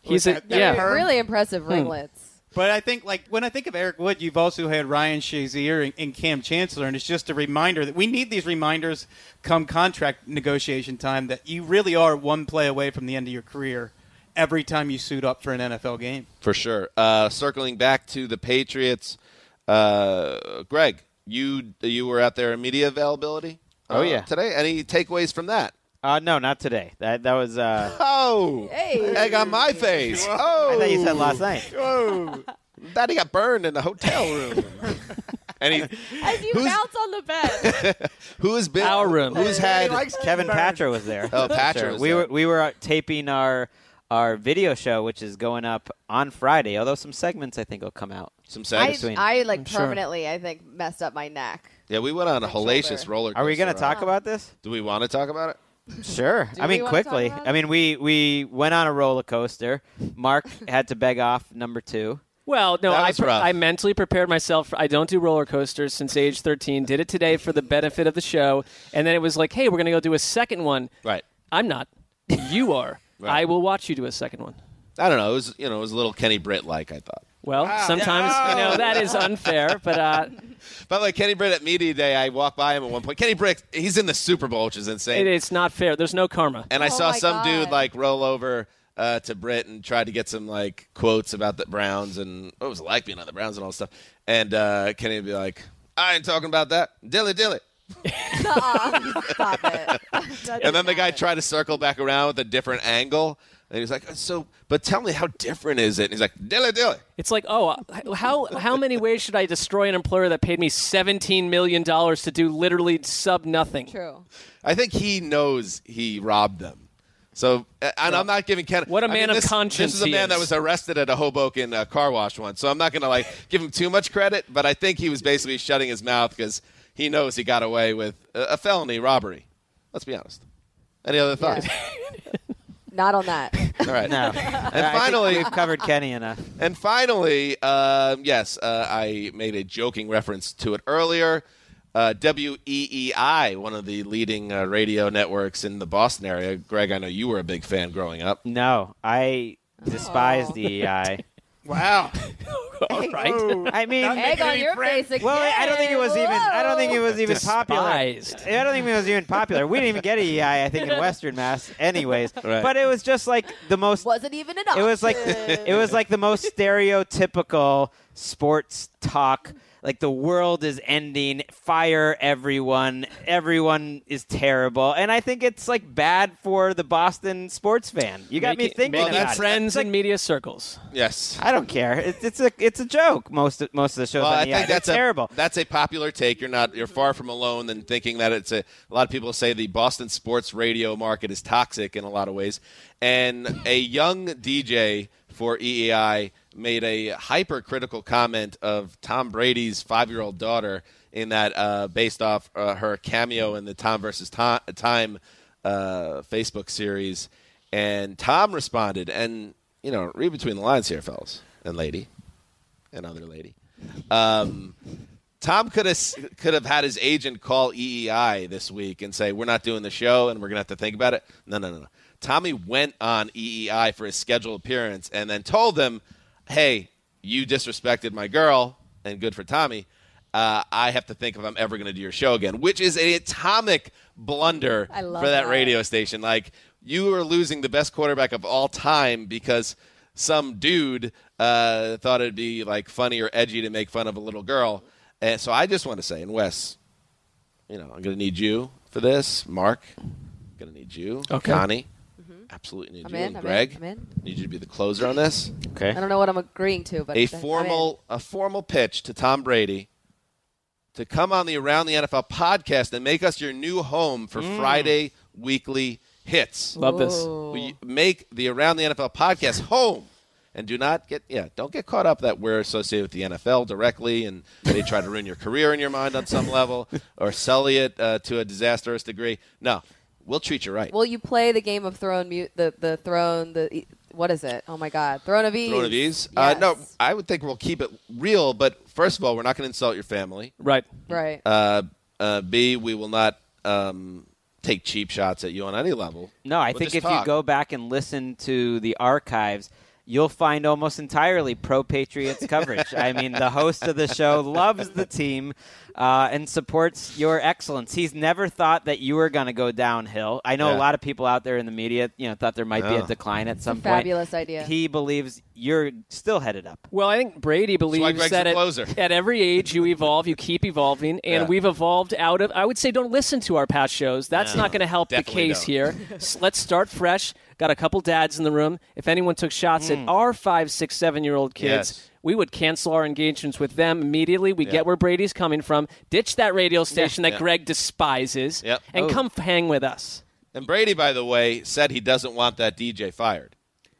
F: He's a
C: that- that
F: yeah.
C: perm.
E: Really impressive ringlets.
C: But I think, like, when I think of Eric Wood, you've also had Ryan Shazier and, and Cam Chancellor, and it's just a reminder that we need these reminders come contract negotiation time that you really are one play away from the end of your career every time you suit up for an NFL game.
A: For sure. Uh, circling back to the Patriots, uh, Greg, you you were out there in media availability.
B: Oh,
A: uh,
B: yeah.
A: Today, any takeaways from that?
B: Uh, no, not today. That that was. Uh,
A: Oh,
E: Hey.
A: egg on my face.
B: I
A: Oh,
B: thought you said last night.
A: Daddy got burned in the hotel room. Any
E: As you
A: Who's-
E: bounce on the bed.
A: who has been
F: Our room.
A: Who's had
B: Kevin Patra was there.
A: Oh, Patra
B: Sure.
A: was
B: we
A: there.
B: were we were uh, taping our our video show, which is going up on Friday. Although some segments I think will come out.
A: some
E: I,
A: sex?
B: Between.
E: I like
F: sure.
E: permanently, I think, messed up my neck.
A: Yeah, we went on a
E: Shoulder.
A: hellacious roller.
B: Are we
A: going to
B: talk about this?
A: Do we want to talk about it?
B: Sure.
E: Do
B: I
E: we
B: mean,
E: wanna talk
B: quickly.
E: about
B: I mean, we we went on a roller coaster. Mark had to beg off number two.
F: Well, no,
A: That
F: I,
A: was rough.
F: I mentally prepared myself. For, I don't do roller coasters since age 13. Did it today for the benefit of the show. And then it was like, hey, we're going to go do a second one.
A: Right.
F: I'm not. You are.
A: Right.
F: I will watch you do a second one.
A: I don't know. It was you know it was a little Kenny Britt like I thought.
F: Well, sometimes, you know, that is unfair, but uh,
A: By the way, Kenny Britt at media day, I walked by him at one point. Kenny Britt, he's in the Super Bowl, which is insane.
F: it, it's not fair. There's no karma.
A: And I
E: Oh
A: saw
E: my
A: some
E: God.
A: dude like roll over uh, to Britt and tried to get some like quotes about the Browns and what was it like being on the Browns and all this stuff. And uh, Kenny would be like, "I ain't talking about that, dilly dilly."
E: Nuh-uh. Stop it. That
A: And then
E: does
A: the guy
E: not-
A: tried to circle back around with a different angle, and he was like, "So, but tell me how different is it?" And he's like, "Dilly dilly."
F: It's like, oh, uh, how how many ways should I destroy an employer that paid me $17 million to do literally sub nothing?
E: True.
A: I think he knows he robbed them. So, uh, and I'm not giving Ken.
F: What a
A: I mean,
F: man of
A: this-
F: conscience
A: This is a
F: he
A: man that
F: is.
A: was arrested at a Hoboken uh, car wash once, so I'm not going to like give him too much credit. But I think he was basically shutting his mouth because he knows he got away with a, a felony robbery. Let's be honest. Any other thoughts?
E: Not on that.
A: All right.
B: No.
A: And finally,
B: we've covered Kenny enough.
A: and finally, um, yes, uh, I made a joking reference to it earlier. Uh, WEEI, one of the leading uh, radio networks in the Boston area. Greg, I know you were a big fan growing up.
B: No, I
E: Oh.
B: despise the EI.
C: Wow.
F: All right.
B: I mean.
E: Egg on your face again.
B: Well, I don't think it was even. I don't think it was even popular.
F: Despised.
B: I don't think it was even popular. We didn't even get a EI. I think in Western Mass, anyways.
A: Right.
B: But it was just like the most
E: Wasn't even an option.
B: it was like it was like the most stereotypical sports talk like the world is ending fire everyone everyone is terrible and i think it's like bad for the boston sports fan you got me
F: Making-
B: thinking
F: Making
B: about it.
F: friends
B: It's like-
F: in media circles.
A: Yes.
B: i don't care it's, it's a it's a joke most of, most of the shows
A: Well,
B: on
A: I
B: the
A: think
B: eye. They're
A: that's
B: terrible
A: A, that's a popular take. You're not. You're far from alone than thinking that it's a. A lot of people say the Boston sports radio market is toxic in a lot of ways, and a young DJ for EEI made a hypercritical comment of Tom Brady's five-year-old daughter in that, uh, based off uh, her cameo in the Tom versus Ti- Time uh, Facebook series, and Tom responded, and you know, read between the lines here, fellas and lady, and other lady. Um, Tom could have could have had his agent call EEI this week and say we're not doing the show and we're gonna have to think about it. No, no, no, no. Tommy went on EEI for his scheduled appearance and then told them, "Hey, you disrespected my girl, and good for Tommy. Uh, I have to think if I'm ever gonna do your show again," which is an atomic blunder
E: I love
A: for that
E: that.
A: radio radio station. Like you are losing the best quarterback of all time because some dude uh, thought it'd be like funny or edgy to make fun of a little girl. And so I just want to say, and Wes, you know, I'm going to need you for this. Mark, going to need you.
F: Okay.
A: Connie, absolutely
E: Mm-hmm.
A: need
E: I'm
A: you.
E: in,
A: and
E: I'm in,
A: Greg,
E: I'm in.
A: need you to be the closer on this.
B: Okay.
E: I don't know what I'm agreeing to, but
A: a
E: I'm in.
A: formal a formal pitch to Tom Brady to come on the Around the NFL podcast and make us your new home for Friday weekly hits.
F: Love this.
A: We make the Around the NFL podcast home. And do not get yeah, don't get caught up that we're associated with the NFL directly, and they try to ruin your career in your mind on some level, or sully it uh, to a disastrous degree. No, we'll treat you right.
E: Will you play the Game of Throne? Mu- the the throne. The what is it? Oh my God, Throne of Ease.
A: Throne of Ease. Uh, no,
E: Yes.
A: I would think we'll keep it real, but first of all, we're not going to insult your family.
F: Right.
E: Right.
A: Uh, uh, B, we will not um, take cheap shots at you on any level.
B: No, I
A: We'll
B: think
A: just
B: if
A: talk.
B: you go back and listen to the archives, you'll find almost entirely pro Patriots coverage. I mean, the host of the show loves the team uh, and supports your excellence. He's never thought that you were going to go downhill. I know
A: Yeah.
B: a lot of people out there in the media, you know, thought there might be
A: Yeah.
B: a decline at some
E: fabulous
B: point.
E: idea.
B: He believes you're still headed up.
F: Well, I think Brady believes
A: Greg's
F: that
A: the
F: at,
A: closer.
F: at every age you evolve, you keep evolving, and
A: Yeah.
F: we've evolved out of. I would say don't listen to our past shows. That's not going to help the
A: Definitely
F: case
A: don't.
F: here. S- Let's start fresh. Got a couple dads in the room. If anyone took shots at our five, six, seven year old kids,
A: Hmm. Yes.
F: we would cancel our engagements with them immediately. We get where Brady's coming from. Ditch that radio station that
A: Yeah.
F: Greg despises,
A: Yep.
F: and
A: Oh.
F: come hang with us.
A: And Brady, by the way, said he doesn't want that DJ fired.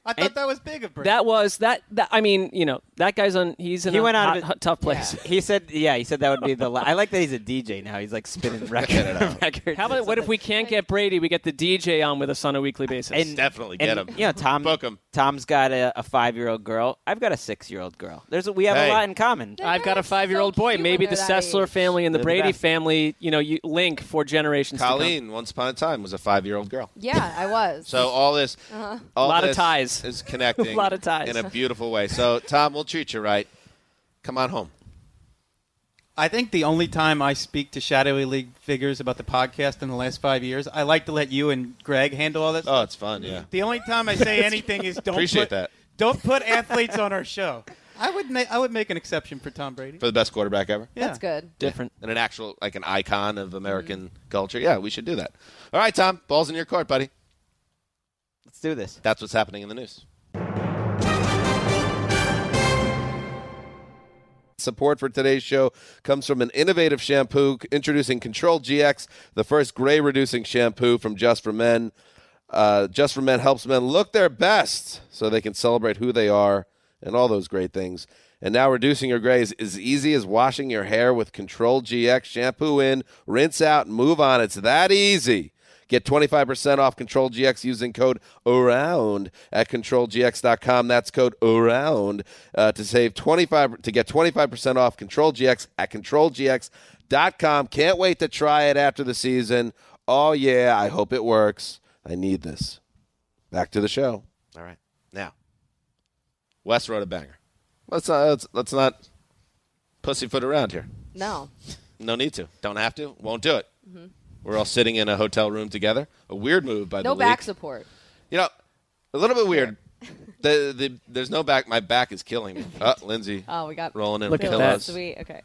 C: I thought that was big of Brady.
F: That was that. That I mean, you know, that guy's on. He's in
B: He
F: a
B: went out
F: hot,
B: of it-
F: hot, tough place.
B: He said, "Yeah, he said that would be the." La- I like that he's a DJ now. He's like spinning record records.
F: How about what if we can't get Brady? We get the DJ on with us on a weekly basis.
A: Definitely
B: and,
A: get him.
B: You know, Tom.
A: Book him.
B: Tom's got a, a five-year-old girl. I've got a six-year-old girl. There's a, we have
A: Hey.
B: a lot in common.
F: I've got a
E: That's so
F: five-year-old boy.
E: cute
F: Maybe
E: when
F: the
E: they're that
F: Sessler
E: age.
F: family and the
B: They're the
F: Brady
B: best.
F: family. You know, you link for generations. to
A: Colleen, once upon a time, was a five-year-old girl.
E: yeah, I was.
A: So uh, all this, all
F: Lot of
A: this
F: ties.
A: is connecting.
F: Lot of ties.
A: in a beautiful way. So Tom, we'll treat you right. Come on home.
C: I think the only time I speak to shadowy league figures about the podcast in the last five years, I like to let you and Greg handle all this.
A: Oh, it's fun. Yeah.
C: The only time I say anything is don't
A: Appreciate
C: put,
A: that.
C: Don't put athletes on our show. I would make I would make an exception for Tom Brady.
A: For the best quarterback ever.
C: Yeah.
E: that's good.
F: come. different.
A: And an actual, like an icon of American culture. Yeah, we should do that. All right, Tom, ball's in your court, buddy.
B: Let's do this.
A: That's what's happening in the news. Support for today's show comes from an innovative shampoo introducing Control GX, the first gray reducing shampoo from Just for Men. Uh, Just for Men helps men look their best so they can celebrate who they are and all those great things. And now reducing your gray is as easy as washing your hair with Control GX shampoo in, rinse out, and move on. It's that easy. Get 25% off Control GX using code AROUND at controlgx.com. That's code AROUND uh, to save 25 to get 25% off Control GX at controlgx.com. Can't wait to try it after the season. Oh yeah, I hope it works. I need this. Back to the show. All right. Now, Wes wrote a banger. Let's not let's, let's not pussyfoot around here.
E: No,
A: No need to. Don't have to. Won't do it.
E: Mm-hmm.
A: We're all sitting in a hotel room together. A weird move by
E: no
A: the
E: back
A: league.
E: support.
A: You know, a little bit weird. the, the there's no back. My back is killing me. Uh, Lindsay.
E: Oh, we got
A: rolling in
F: Look at
A: pillows.
F: that.
E: Sweet. Okay.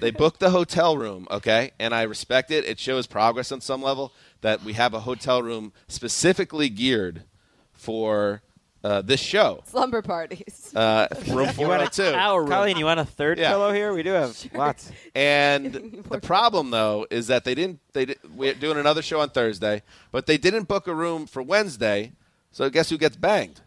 A: They booked the hotel room, okay, and I respect it. It shows progress on some level that we have a hotel room specifically geared for uh, this show.
E: Slumber parties.
A: Uh, room
E: Oh,
A: 402.
F: Our room.
B: Colleen, you want a third
A: Yeah.
B: pillow here? We do have lots.
A: And the problem though is that they didn't. They did, we're doing another show on Thursday, but they didn't book a room for Wednesday. So guess who gets banged?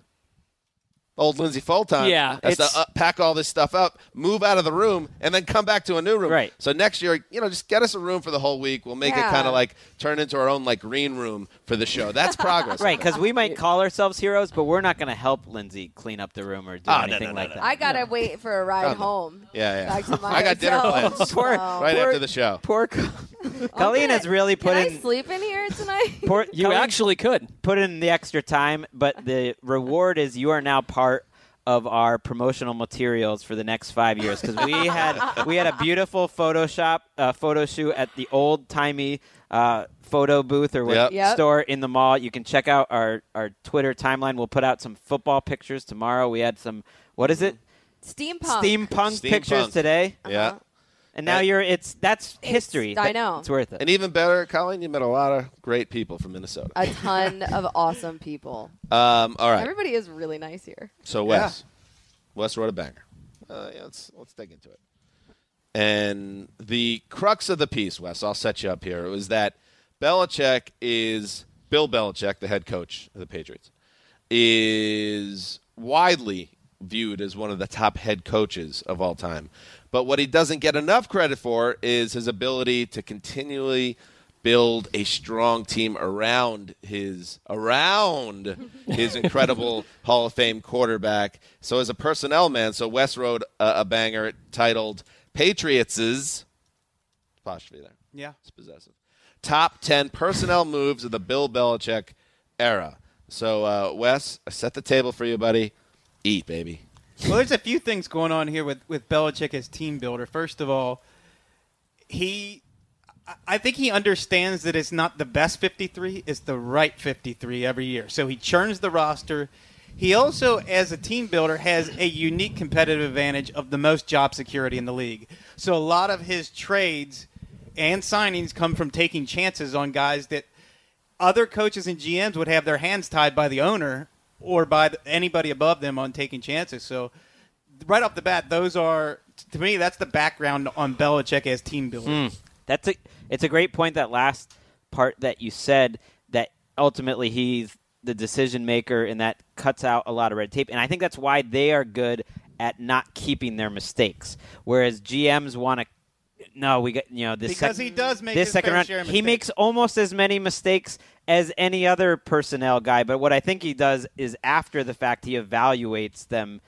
A: Old Lindsay Fulton.
F: Yeah,
A: has to
F: it's-
A: uh, pack all this stuff up, move out of the room, and then come back to a new room.
B: Right.
A: So next year, you know, just get us a room for the whole week. We'll make
E: Yeah.
A: it kind of like turn into our own like green room for the show. That's progress.
B: Right, because we might call ourselves heroes, but we're not going to help Lindsay clean up the room or do
A: Ah, no,
B: anything
A: no, no,
B: like
A: no,
B: that.
E: I gotta wait for a ride home.
A: Yeah, yeah.
E: Back to my
A: I got dinner
E: hotel.
A: plans
B: Poor-
E: Oh.
A: right
B: poor-
A: after the show.
B: Poor Co- Colleen has really put
E: Can
B: in.
E: I sleep in here tonight?
B: poor-
F: You
B: Colleen-
F: actually could.
B: put in the extra time, but the reward is you are now part of our promotional materials for the next five years because we had we had a beautiful Photoshop uh, photo shoot at the old timey uh, photo booth or what
A: Yep. Yep.
B: store in the mall. You can check out our our Twitter timeline. We'll put out some football pictures tomorrow. We had some what is it
E: Steampunk.
B: steampunk, pictures
A: Steampunk.
B: today.
E: Uh-huh.
A: Yeah.
B: And now
A: And-
B: you're it's that's history.
E: I
B: That-
E: know.
B: it's worth it.
A: And even better, Colleen, you met a lot of great people from Minnesota.
E: A ton of awesome people.
A: Um, all right.
E: Everybody is really nice here.
A: So Wes, Wes wrote a banger. Uh, yeah, let's let's dig into it. And the crux of the piece, Wes, I'll set you up here. Was that Belichick is Bill Belichick, the head coach of the Patriots, is widely viewed as one of the top head coaches of all time. But what he doesn't get enough credit for is his ability to continually build a strong team around his around his incredible Hall of Fame quarterback. So as a personnel man, so West Road uh, a banger titled Patriots's apostrophe there.
C: Yeah.
A: It's possessive. Top 10 personnel moves of the Bill Belichick era. So, uh, Wes, I set the table for you, buddy. Eat, baby.
C: Well, there's a few things going on here with with Belichick as team builder. First of all, he, I- I think he understands that it's not the best 53, it's the right 53 every year. So he churns the roster. He also, as a team builder, has a unique competitive advantage of the most job security in the league. So a lot of his trades and signings come from taking chances on guys that other coaches and GMs would have their hands tied by the owner or by the, anybody above them on taking chances. So, right off the bat, those are to me that's the background on Belichick as team builder.
B: That's a it's a great point that last part that you said that ultimately he's the decision maker and that cuts out a lot of red tape and I think that's why they are good at not keeping their mistakes whereas GMs want to no we got you know this
C: Because
B: sec-
C: he does make
B: this
C: his
B: second
C: fair
B: round
C: share of
B: he
C: mistakes.
B: makes almost as many mistakes as any other personnel guy but what I think he does is after the fact he evaluates them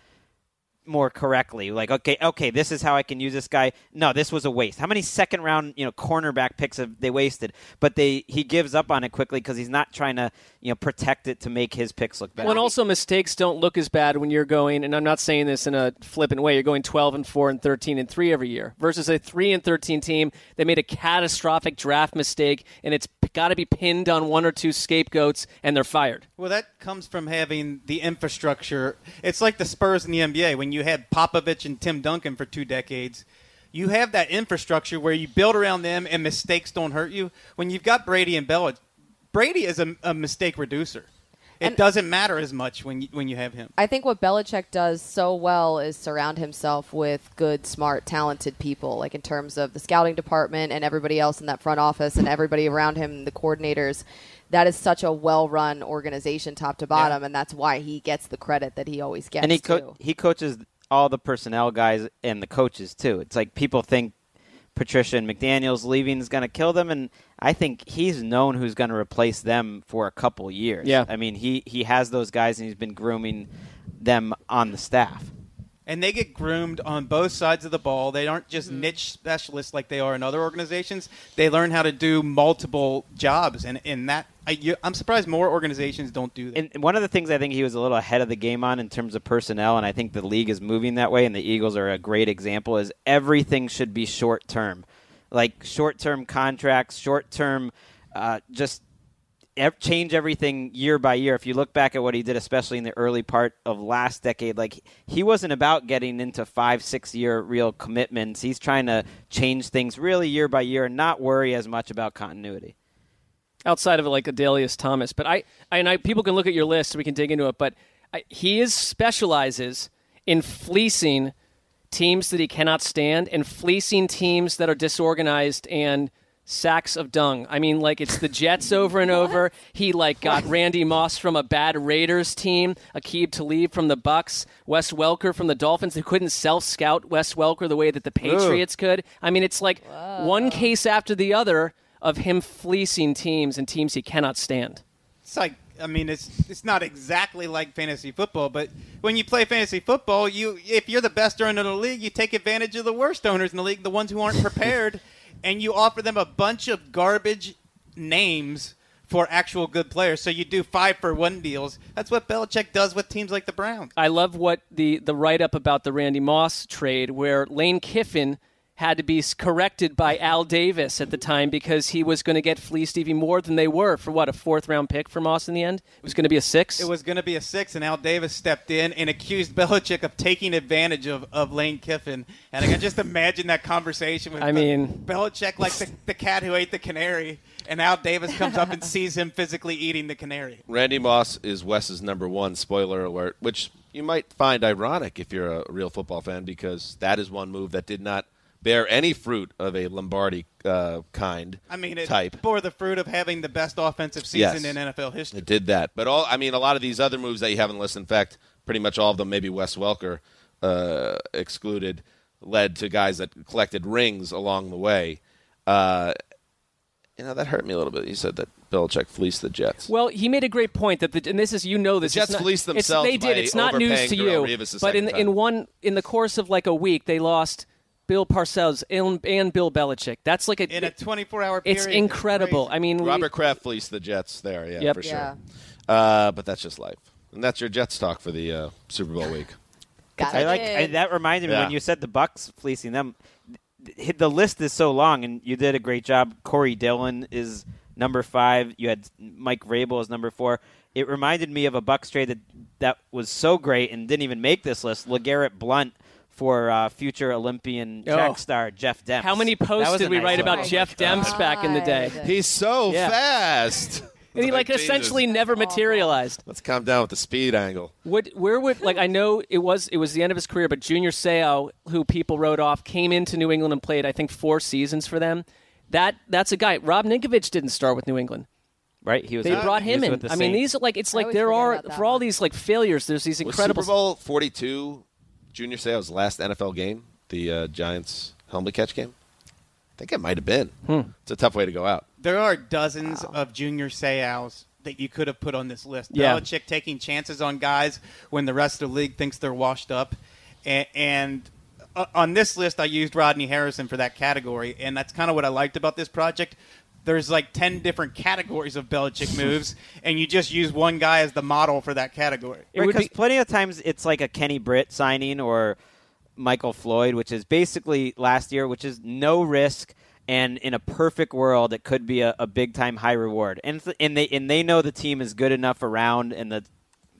B: more correctly. Like, okay, okay, this is how I can use this guy. No, this was a waste. How many second round, you know, cornerback picks have they wasted? But they he gives up on it quickly because he's not trying to, you know, protect it to make his picks look better.
F: Well, and also mistakes don't look as bad when you're going, and I'm not saying this in a flippant way. You're going 12 and four and 13 and three every year versus a three and 13 team that made a catastrophic draft mistake, and it's got to be pinned on one or two scapegoats, and they're fired.
C: Well, that comes from having the infrastructure. It's like the Spurs in the NBA when you had Popovich and Tim Duncan for two decades. You have that infrastructure where you build around them and mistakes don't hurt you. When you've got Brady and Belichick, Brady is a, a mistake reducer. It doesn't matter as much when you, when you have him.
E: I think what Belichick does so well is surround himself with good, smart, talented people, like in terms of the scouting department and everybody else in that front office and everybody around him, the coordinators. That is such a well run organization top to bottom, and that's why he gets the credit that he always gets.
B: and he
E: too.
B: co- he coaches all the personnel guys and the coaches too. It's like people think Patricia and McDaniel's leaving is going to kill them, and I think he's known who's going to replace them for a couple years.
F: Yeah.
B: I mean he he has those guys and he's been grooming them on the staff.
C: and they get groomed on both sides of the ball. They aren't just niche specialists like they are in other organizations. They learn how to do multiple jobs, and in that, I, you, I'm surprised more organizations don't do that.
B: and one of the things I think he was a little ahead of the game on in terms of personnel, and I think the league is moving that way, and the Eagles are a great example, is everything should be short term. Like short term contracts, short term, uh, just ev- change everything year by year. If you look back at what he did, especially in the early part of last decade, like he wasn't about getting into five, six year real commitments. He's trying to change things really year by year and not worry as much about continuity.
F: outside of like Adelius Thomas. But I, I and I, people can look at your list. We can dig into it. But I, he is specializes in fleecing teams that he cannot stand and fleecing teams that are disorganized and sacks of dung. I mean, like it's the Jets over and over. He like got Randy Moss from a bad Raiders team, Akib Talib from the Bucks, Wes Welker from the Dolphins who couldn't self-scout Wes Welker the way that the Patriots could. I mean, it's like one case after the other of him fleecing teams and teams he cannot stand.
C: It's like, I mean, it's it's not exactly like fantasy football, but when you play fantasy football, you if you're the best owner in the league, you take advantage of the worst owners in the league, the ones who aren't prepared, and you offer them a bunch of garbage names for actual good players. So you do five for one deals. That's what Belichick does with teams like the Browns.
F: I love what the the write up about the Randy Moss trade where Lane Kiffin had to be corrected by Al Davis at the time because he was going to get fleeced even more than they were for what a fourth round pick for Moss in the end. It was going to be a six.
C: It was going to be a six, and Al Davis stepped in and accused Belichick of taking advantage of, of Lane Kiffin. And I can just imagine that conversation with
F: I
C: Be-
F: mean-
C: Belichick, like the, the cat who ate the canary, and Al Davis comes up and sees him physically eating the canary.
A: Randy Moss is Wes's number one. Spoiler alert, which you might find ironic if you're a real football fan, because that is one move that did not bear any fruit of a Lombardi uh, kind.
C: I mean, it
A: type.
C: bore the fruit of having the best offensive season in NFL history.
A: It did that, but all I mean, a lot of these other moves that you haven't listed. In fact, pretty much all of them, maybe Wes Welker uh, excluded, led to guys that collected rings along the way. Uh, you know that hurt me a little bit. You said that Belichick fleeced the Jets.
F: Well, he made a great point that, the, and this is you know this.
A: The Jets
F: it's not,
A: fleeced
F: it's-
A: themselves
F: They did.
A: by
F: It's not news
A: overpaying
F: to
A: Darrell
F: you.
A: Revis the
F: But in
A: second
F: in
A: time.
F: one in the course of like a week, they lost Bill Parcells and, and Bill Belichick. That's like a
C: In a 24-hour
F: It's
C: period, it's
F: incredible. I mean, we-
A: Robert Kraft fleeced the Jets there, yeah,
F: Yep.
A: for sure.
E: Yeah.
A: Uh, but that's just life, and that's your Jets talk for the uh, Super Bowl week.
E: Got
B: I
E: it.
B: like I, that. Reminded me
A: Yeah.
B: when you said the Bucks fleecing them. th- th- The list is so long, and you did a great job. Corey Dillon is number five. You had Mike Vrabel as number four. It reminded me of a Bucks trade that that was so great and didn't even make this list. Legarrette Blunt for uh, future Olympian track
F: Oh.
B: star Jeff Demps.
F: how many
B: That
F: posts
B: was a
F: did we
B: nice
F: write
B: one. Oh
F: about Jeff Demps back in the day?
E: God.
A: He's so
F: Yeah.
A: fast.
F: And he like
A: Jesus.
F: essentially never materialized.
A: Let's calm down with the speed angle.
F: What, where would like I know it was it was the end of his career, but Junior Seau, who people wrote off, came into New England and played I think four seasons for them. That that's a guy. Rob Ninkovich didn't start with New England.
B: Right, he was.
F: They
B: with-
F: brought
B: he
F: him
B: was
F: in.
B: with the
F: I mean,
B: Saints.
F: these are like it's
E: I
F: like
E: always
F: there
E: forget
F: are
E: about that
F: for all
E: one.
F: these like failures. There's these
A: Was
F: incredible.
A: Super Bowl 42 Junior Seau's last NFL game, the uh, Giants helmet catch game? I think it might have been.
F: Hmm.
A: It's a tough way to go out.
C: There are dozens of junior Seau's that you could have put on this list.
F: Yeah.
C: Belichick taking chances on guys when the rest of the league thinks they're washed up. And, and uh, on this list, I used Rodney Harrison for that category. And that's kind of what I liked about this project. There's like 10 different categories of Belichick moves, and you just use one guy as the model for that category.
F: It would
B: because
F: be-
B: plenty of times it's like a Kenny Britt signing or Michael Floyd, which is basically last year, which is no risk. And in a perfect world, it could be a, a big time high reward. And th- and they and they know the team is good enough around and the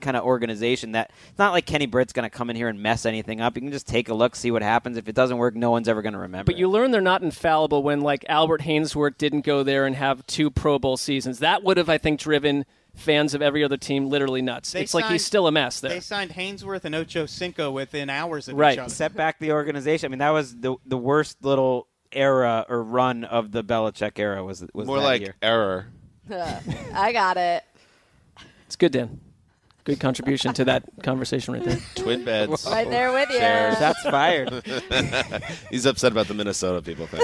B: kind of organization that it's not like Kenny Britt's going to come in here and mess anything up. You can just take a look, see what happens. If it doesn't work, no one's ever going to remember.
F: But you learn they're not infallible when like Albert Hainsworth didn't go there and have two Pro Bowl seasons. That would have I think driven fans of every other team literally nuts.
C: They
F: it's like
C: signed-
F: he's still a mess there.
C: They signed Hainsworth and Ocho Cinco within hours of
F: Right.
C: each other.
B: set back the organization. I mean, that was the the worst little era or run of the Belichick era. Was was
A: More
B: that
A: like
B: year.
A: error.
E: I got it.
F: it's good, Dan. Good contribution to that conversation right there.
A: Twin beds.
E: Right there with you.
A: Shares.
B: that's fired.
A: He's upset about the Minnesota people thing.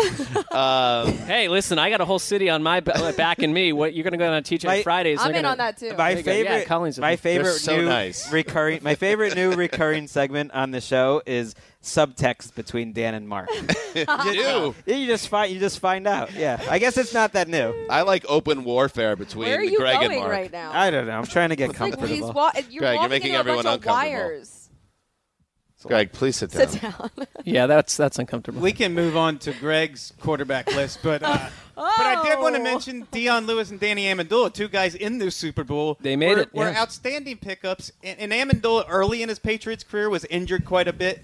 A: um,
F: Hey, listen, I got a whole city on my ba- back and me. What you're going to go on TJ
B: My-
F: Fridays?
E: I'm
F: they're
E: in
F: gonna-
E: on that too.
B: My
F: There you go. Yeah,
B: favorite,
F: Collins is-
B: my favorite
A: They're so
B: new
A: nice.
B: recurring, my favorite new recurring segment on the show is subtext between Dan and Mark.
A: you do.
B: you just find, you just find out. Yeah, I guess it's not that new.
A: I like open warfare between
E: Where are you
A: Greg and
E: going
A: Mark.
E: right now?
B: I don't know. I'm trying to get
E: like, please,
B: comfortable.
E: wa- you're
A: Greg, you're
E: walking
A: making
E: into
A: everyone
E: a bunch of
A: uncomfortable.
E: wires.
A: Greg, please sit down.
E: Sit down.
F: Yeah, that's that's uncomfortable.
C: We can move on to Greg's quarterback list, but uh, but I did want to
E: Oh.
C: mention Dion Lewis and Danny Amendola, two guys in the Super Bowl.
F: They made
C: were,
F: it,
C: Were
F: yeah.
C: outstanding pickups, and, and Amendola early in his Patriots career was injured quite a bit,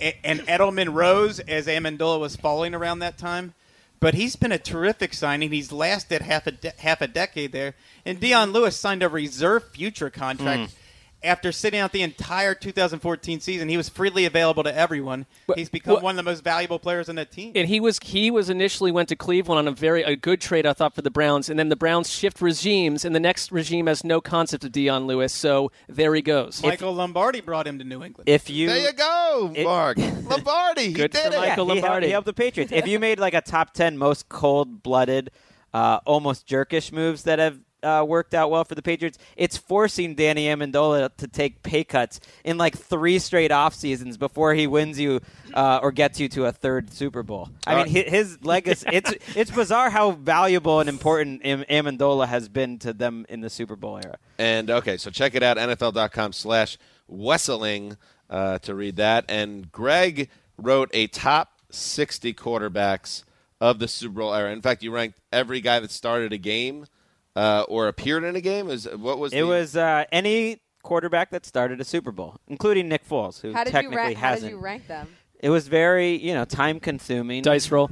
C: and, and Edelman rose as Amendola was falling around that time. But he's been a terrific signing. He's lasted half a de- half a decade there, and Dion Lewis signed a reserve future contract.
F: Hmm.
C: After sitting out the entire 2014 season, he was freely available to everyone.
F: But-
C: He's become
F: well-
C: one of the most valuable players on that team.
F: and he was he was initially went to Cleveland on a very a good trade I thought for the Browns, and then the Browns shift regimes, and the next regime has no concept of Dion Lewis, so there he goes.
C: Michael Lombardi brought him to New England.
B: If you,
A: There you go,
B: It-
A: Mark. Lombardi, he
F: Good for
A: did it.
F: Mike. Michael
B: yeah, he helped-
F: Lombardi.
B: He helped the Patriots. If you made like a top ten most cold blooded, uh, almost jerkish moves that have uh, worked out well for the Patriots. It's forcing Danny Amendola to take pay cuts in like three straight off seasons before he wins you uh, or gets you to a third Super Bowl. I mean,
F: Uh,
B: hi- his legacy. It's it's bizarre how valuable and important Am- Amendola has been to them in the Super Bowl era.
A: And okay, so check it out, NFL.com slash Wesseling uh, to read that. And Greg wrote a top 60 quarterbacks of the Super Bowl era. In fact, you ranked every guy that started a game uh, or appeared in a game. Is What was
B: It
A: the-
B: was uh, any quarterback that started a Super Bowl, including Nick Foles, who
E: How did you
B: technically
E: rank? How
B: hasn't.
E: did you rank them?
B: It was very, you know, time consuming.
F: Dice roll.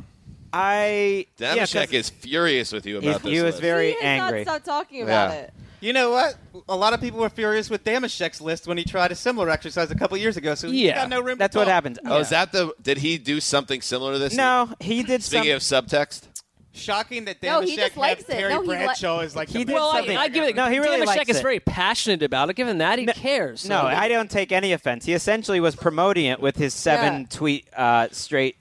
B: I yeah, 'cause
A: Damashek is furious with you
B: he,
A: about this.
B: he was
A: list.
B: very
E: Please
B: angry.
E: Not stop talking about
A: Yeah.
E: it.
C: You know what? A lot of people were furious with Damashek's list when he tried a similar exercise a couple years ago. So he
F: Yeah.
C: got no room.
B: That's
C: to
B: what
C: talk.
B: happened.
A: Oh, is that the? Did he do something similar to this?
B: No, he did
A: Speaking
B: something.
A: of subtext,
C: Shocking that
E: No, he
C: Damashek
E: just likes
C: had
E: it.
C: Terry
E: No, he li-
C: Bradshaw is like
B: He
C: the
B: did
C: best
F: Well, I,
B: something.
C: player
F: I give it.
B: No, he really
F: Damashek
B: likes
F: is
B: it.
F: very passionate about it. Given that, he cares.
B: no, I don't take any offense. He essentially was promoting it with his seven
E: Yeah.
B: tweet uh, straight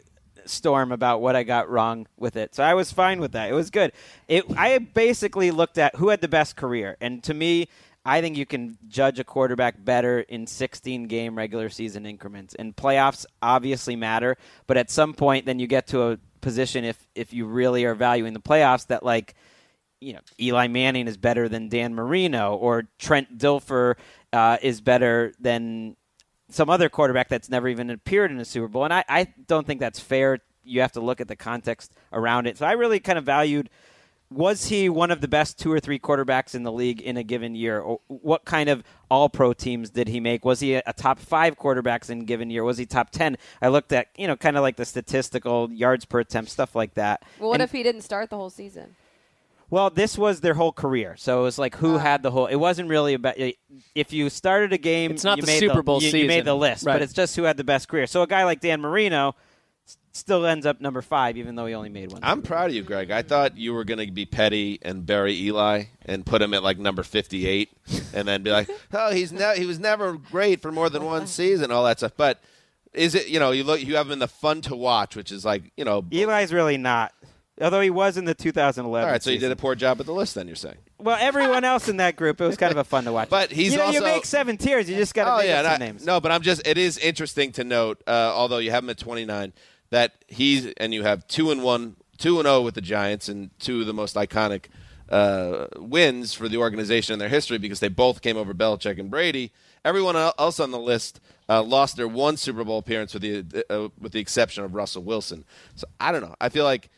B: storm about what I got wrong with it. So I was fine with that. It was good. It. I basically looked at who had the best career, and to me. I think you can judge a quarterback better in 16 game regular season increments. And playoffs obviously matter, but at some point then you get to a position if if you really are valuing the playoffs that like you know, Eli Manning is better than Dan Marino, or Trent Dilfer uh, is better than some other quarterback that's never even appeared in a Super Bowl. And I, I don't think that's fair. You have to look at the context around it. So I really kind of valued was he one of the best two or three quarterbacks in the league in a given year? Or what kind of all pro teams did he make? Was he a, a top five quarterbacks in a given year? Was he top 10? I looked at, you know, kind of like the statistical yards per attempt, stuff like that.
E: Well, what
B: And-
E: if he didn't start the whole season?
B: well, this was their whole career, so it was like
F: Ah.
B: who had the whole. It wasn't really about if you started a game.
F: It's not
B: you
F: the
B: made
F: Super Bowl
B: you, You made
F: season.
B: the list,
F: Right.
B: but it's just who had the best career. So a guy like Dan Marino s- still ends up number five, even though he only made one.
A: I'm proud of you, Greg. I thought you were going to be petty and bury Eli and put him at like number 58, and then be like, "Oh, he's ne- he was never great for more than one season, all that stuff." But is it you know you look you have him in the fun to watch, which is like you know.
B: Eli's really not, although he was in the 2011.
A: all right, so you did a
B: season.
A: poor job at the list. Then you're saying,
B: well. Everyone else in that group, it was kind of a fun to watch.
A: But he's
B: you know, you
A: also- Oh,
B: make seven tiers. You just got to make up
A: and
B: some
A: I-
B: names.
A: No, but I'm just. It is interesting to note, uh, although you have him at 29, that he's and you have two and one, two and zero with the Giants, and two of the most iconic uh, wins for the organization in their history because they both came over Belichick and Brady. Everyone el- else on the list uh, lost their one Super Bowl appearance with the uh, with the exception of Russell Wilson. So I don't know. I feel like.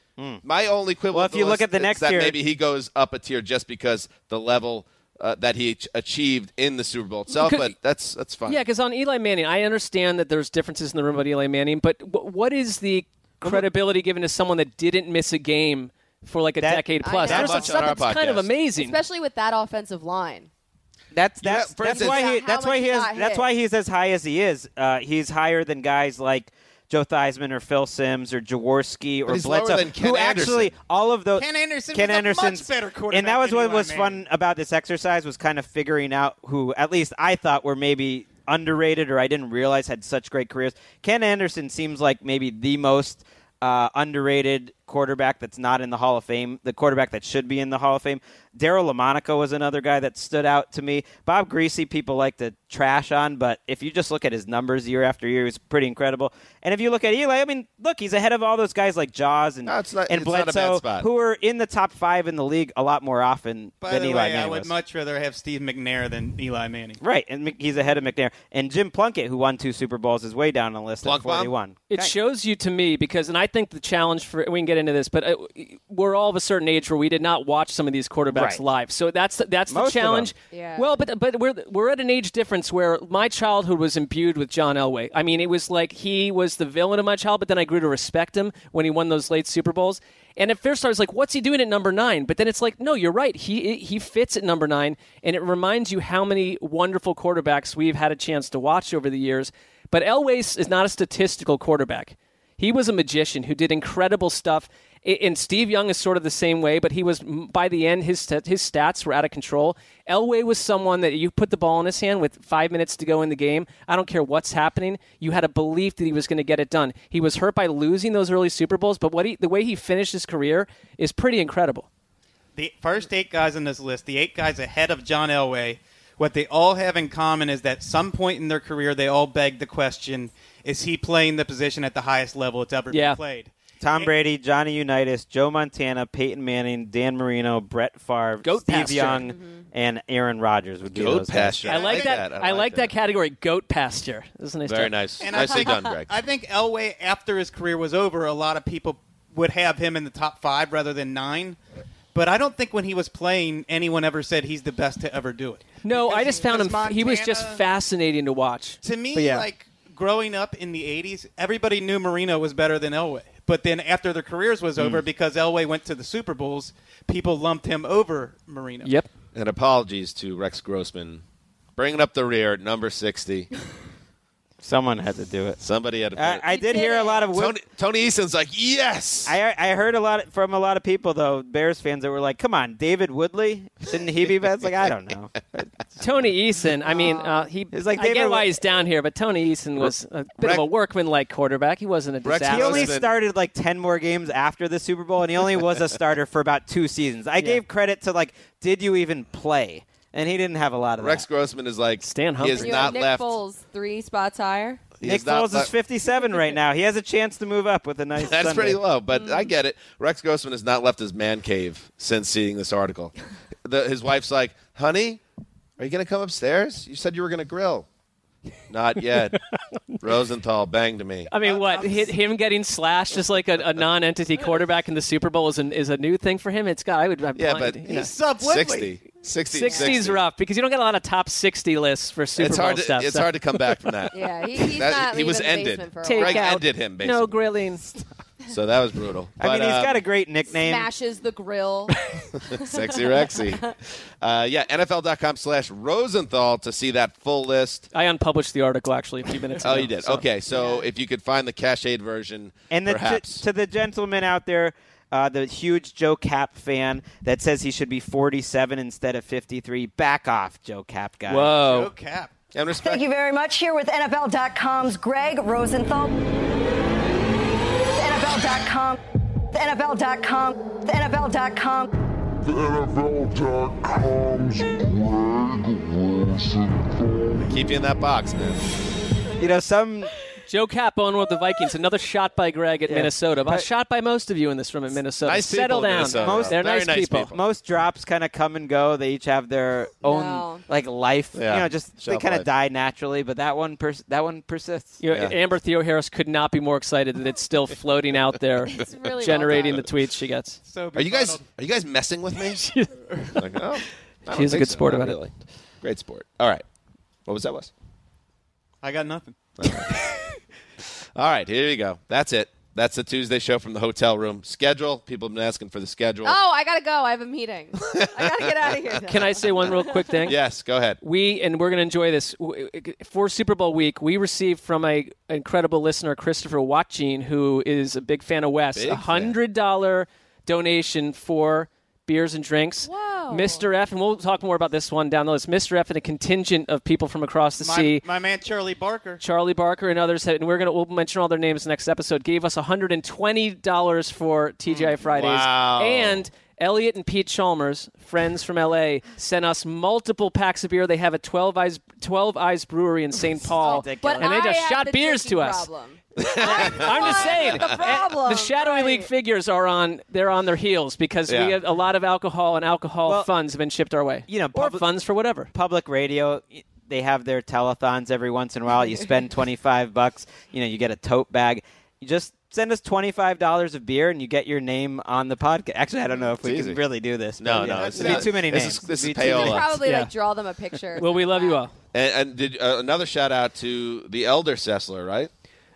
A: My only quibble.
B: Well,
A: with
B: if you look
A: list
B: at the
A: is
B: next
A: that
B: tier-
A: maybe he goes up a tier just because the level uh, that he ach- achieved in the Super Bowl itself.
F: Could-
A: But that's that's fine.
F: Yeah, because on Eli Manning, I understand that there's differences in the room about Eli Manning, but w- what is the credibility given to someone that didn't miss a game for like a
B: That-
F: decade
E: I
F: plus?
E: know.
F: There's
E: That much
A: on our
F: something that's kind of
A: podcast.
F: amazing.
E: Especially with that offensive line.
B: That's
A: Yeah,
B: that's
A: for
B: that's
A: instance-
B: why he
E: How
B: that's
E: much
B: why
E: he
B: he is
E: got
B: that's
E: hit.
B: why he's as high as he is. Uh, he's higher than guys like Joe Theismann or Phil Sims or Jaworski or
A: he's lower
B: Bledsoe,
A: than Ken
B: who
A: Anderson.
B: actually all of those.
C: Ken Anderson
B: Ken
C: was a much
B: Anderson's-
C: better
B: and that
C: quarterback
B: was
C: than
B: what
C: Eli
B: was
C: Manning.
B: fun about this exercise was kind of figuring out who at least I thought were maybe underrated or I didn't realize had such great careers. Ken Anderson seems like maybe the most uh, underrated quarterback that's not in the Hall of Fame, the quarterback that should be in the Hall of Fame. Daryl LaMonica was another guy that stood out to me. Bob Greasy, people like to trash on, but if you just look at his numbers year after year, he's pretty incredible. And if you look at Eli, I mean, look, he's ahead of all those guys like Jaws and,
A: No, it's not-
B: and
A: it's not a bad
B: Bledsoe,
A: spot.
B: who are in the top five in the league a lot more often
C: By
B: than
C: the
B: Eli
C: way, I
B: Manning
C: would
B: was.
C: much rather have Steve McNair than Eli Manning.
B: Right, and Mc- he's ahead of McNair and Jim Plunkett, who won two Super Bowls, is way down on the list
A: Plunk
B: at
A: bomb?
B: forty-one.
F: It
B: Okay.
F: shows you to me because, and I think the challenge for we can get into this, but uh, we're all of a certain age where we did not watch some of these quarterbacks
B: Right.
F: live, so that's that's
B: Most
F: the
B: of them.
F: challenge.
E: Yeah.
F: Well, but but we're we're at an age difference where my childhood was imbued with John Elway. I mean, it was like he was the villain of my childhood, but then I grew to respect him when he won those late Super Bowls. And at first, I was like, "What's he doing at number nine? But then it's like, "No, you're right. He he fits at number nine, and it reminds you how many wonderful quarterbacks we've had a chance to watch over the years. But Elway is not a statistical quarterback. He was a magician who did incredible stuff. I- And Steve Young is sort of the same way, but he was by the end his st- his stats were out of control. Elway was someone that you put the ball in his hand with five minutes to go in the game. I don't care what's happening. You had a belief that he was going to get it done. He was hurt by losing those early Super Bowls, but what he, the way he finished his career is pretty incredible.
C: the first eight guys on this list, the eight guys ahead of John Elway, what they all have in common is that some point in their career, they all begged the question: Is he playing the position at the highest level it's ever
B: Yeah.
C: been played?
B: Tom Brady, Johnny Unitas, Joe Montana, Peyton Manning, Dan Marino, Brett Favre,
F: Goat
B: Steve
F: pasture.
B: Young, and Aaron Rodgers would be
F: Goat
B: those guys.
F: pasture. I like that. I like, that. category, goat pasture. This is a nice.
B: Very
F: job.
B: nice.
C: And I think, I think Elway, after his career was over, a lot of people would have him in the top five rather than nine. But I don't think when he was playing, anyone ever said he's the best to ever do it.
F: No, I just found him.
C: because
F: He was just
C: Montana-
F: fascinating to watch.
C: To me,
F: But yeah.
C: like growing up in the '80s, everybody knew Marino was better than Elway. But then after their careers was
A: Mm.
C: over, because Elway went to the Super Bowls, people lumped him over Marino.
A: And apologies to Rex Grossman, bringing up the rear at number sixty.
B: Someone had to do it.
A: Somebody had to. do
B: I,
A: it.
B: I did hear a lot of
A: Tony, Tony Eason's like, yes.
B: I I heard a lot from a lot of people though, Bears fans that were like, "Come on, David Woodley, shouldn't he be best?" Like I don't know.
F: Tony Eason. I mean, uh, he.
B: like
F: I
B: David
F: get why
B: Wa-
F: he's down here, but Tony Eason was a bit
B: Rex-
F: of a workman-like quarterback. He wasn't a disaster.
B: He only started like 10 more games after the Super Bowl, and he only was a starter for about two seasons. I gave credit to, like, did you even play? And he didn't have a lot of
A: Rex
B: that.
A: Grossman is like
B: Stan
E: And you have Nick Foles three spots higher.
B: Nick Foles is 57 right now. He has a chance to move up with a nice
A: That's
B: Sunday.
A: pretty low, but I get it. Rex Grossman has not left his man cave since seeing this article. the, his wife's like, "Honey, are you going to come upstairs? You said you were going to grill." Not yet. Rosenthal banged me.
F: I mean, what hit him getting slashed just like a, a non-entity quarterback in the Super Bowl is, an, is a new thing for him. It's got I would I'm
A: Yeah,
F: blind,
A: but
F: you know.
A: 60. 60.
F: 60 is rough because you don't get a lot of top 60 lists for Super
A: It's
F: Bowl
A: hard to-
F: stuff.
A: it's
F: so-
A: hard to come back from that.
E: Yeah, he, he's
A: That-
E: not
A: he was
E: leaving the
A: ended.
E: basement for a
A: Take
E: while.
A: Greg out. ended him, basically.
F: No grilling.
A: So that was brutal. uh,
B: I mean,
A: he's
B: he's got a great nickname.
E: Smashes the grill.
A: Sexy Rexy. Uh, yeah, NFL.com slash Rosenthal to see that full list.
F: I unpublished the article actually a few minutes
A: Oh,
F: ago.
A: you did?
F: so-
A: Okay, so if you could find the cached version,
B: And the, to,
A: perhaps.
B: to the gentleman out there, uh, the huge Joe Cap fan that says he should be 47 instead of 53, back off, Joe Cap guy.
A: Whoa.
C: Cap.
A: And respect.
I: Thank you very much. Here with NFL.com's Greg Rosenthal. NFL.com. NFL.com. NFL.com.
J: The NFL.com's
A: Keep you in that box, man.
B: You know, some
F: Joe Capone with the Vikings. Another shot by Greg at
B: Yeah.
F: Minnesota. But shot by most of you in this room at Minnesota. Settle down.
B: Most,
F: They're nice, people.
B: Most drops kind of come and go. They each have their own like life.
F: Yeah.
B: You know, just they
F: Shelf
B: kind
F: life.
B: of die naturally, but that one pers- that one persists.
F: You know, Amber Theo Harris could not be more excited that it's still floating out there,
B: well
F: generating
B: done.
F: the tweets she gets.
C: So
A: Are you guys are you guys messing with me? like, oh, I don't
F: She's a
A: think
F: good
A: so.
F: sport
A: Not
F: about it.
A: really. Great sport. All right. What was that was?
C: I got nothing.
A: All right, here you go. That's it. That's the Tuesday show from the hotel room. Schedule. People have been asking for the schedule.
E: Oh, I gotta go. I have a meeting. I gotta get out of here.
F: Can I say one real quick thing?
A: Yes, go ahead.
F: We and we're going to enjoy this W- for Super Bowl week. We received from a incredible listener, Christopher Watching, who is a big fan of Wes,
K: Big
F: a
K: fan.
F: hundred dollar donation for beers and drinks.
E: Whoa.
F: Mr. F, and we'll talk more about this one down the list. Mr. F and a contingent of people from across the sea.
C: My, my man Charlie Barker.
F: Charlie Barker and others, had, and we're gonna we'll mention all their names next episode. Gave us hundred and twenty dollars for
B: Mm,
F: TGI Fridays,
K: Wow.
F: and Elliot and Pete Chalmers, friends from LA, sent us multiple packs of beer. They have a twelve eyes twelve eyes brewery in St.
B: Oh,
F: Paul,
K: But
F: and they
K: I
F: just
K: have
F: shot
K: the
F: beers to
K: drinking
F: us.
K: problem.
F: I'm just saying,
K: the
F: eh,
K: problem,
F: shadowy league figures are on they're on their heels because
B: Yeah.
F: we have a lot of alcohol and alcohol funds have been shipped our way.
B: You know,
F: or funds for whatever.
B: Public radio, y- they have their telethons every once in a while. You spend 25 bucks, you know, you get a tote bag. You just send us $25 of beer and you get your name on the podcast. Actually, I don't know if we
A: easy.
B: can really do this.
A: No,
B: but, yeah.
A: no, it's
B: It'd be
A: not.
B: too many
A: This
B: names.
A: is- this
B: It'd
A: is
B: be too
A: payola.
B: many.
E: Probably
A: Yeah.
E: like draw them a picture.
F: Well, we love you all.
A: And, and did uh, another shout out to the elder Sessler, right?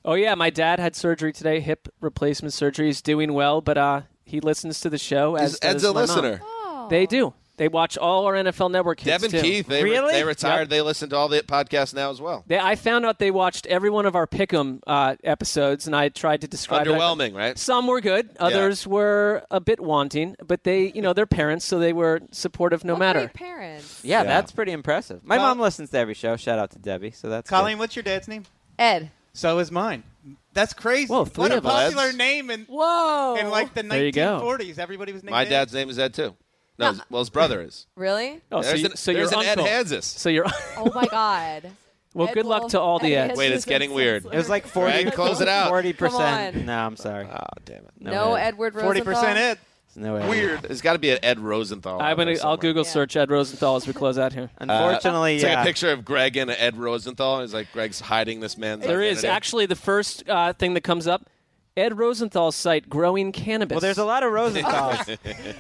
F: Oh yeah, my dad had surgery today, hip replacement surgery. He's doing well, but uh, he listens to the show as
A: Is Ed's
F: does
A: a
F: my mom.
A: listener?
F: They do. They watch all our NFL Network. Hits
A: Devin
F: too.
A: Keith, they, re- they retired.
F: Yep.
A: They listen to all the podcasts now as well.
F: They, I found out they watched every one of our Pick'em uh, episodes, and I tried to describe. it.
A: Underwhelming, right?
F: Some were good, others were a bit wanting, but they, you know, they're parents, so they were supportive no matter.
E: Parents.
B: Yeah, that's pretty impressive. My mom listens to every show. Shout out to Debbie. So that's good.
C: Colleen, what's your dad's name?
E: Ed.
C: So is mine. That's crazy. Whoa,
B: three
C: what a
B: of us.
C: popular name in
E: whoa in
C: like the
A: There you go.
C: 1940s. Everybody was named
A: My
C: Ed.
A: dad's name is Ed too. No, his- well, his brother is.
E: Really?
F: Oh, so,
A: There's
F: you,
A: an-
F: so
A: there's
F: your
A: an Ed
F: uncle.
A: Hansis.
F: So you're
E: Oh my God.
F: well. Good luck to all the Eds.
A: Wait, it's getting weird.
B: It was like 40.
A: Greg, close it out.
B: 40%.
E: Come on.
B: No, I'm sorry.
A: Oh, damn it.
E: No, Edward Rosenthal.
C: 40% Ed.
B: No way.
A: Weird. There's got to be an Ed Rosenthal.
F: I'm
A: out
F: gonna.
A: there
F: I'll
A: somewhere.
F: Google search Ed Rosenthal as we close out here.
B: Unfortunately,
A: Uh, Take
B: yeah.
A: a picture of Greg and Ed Rosenthal. It's like Greg's hiding this man's.
F: There is
A: identity.
F: actually the first uh, thing that comes up. Ed Rosenthal's site, growing cannabis.
B: Well, there's a lot of Rosenthal's.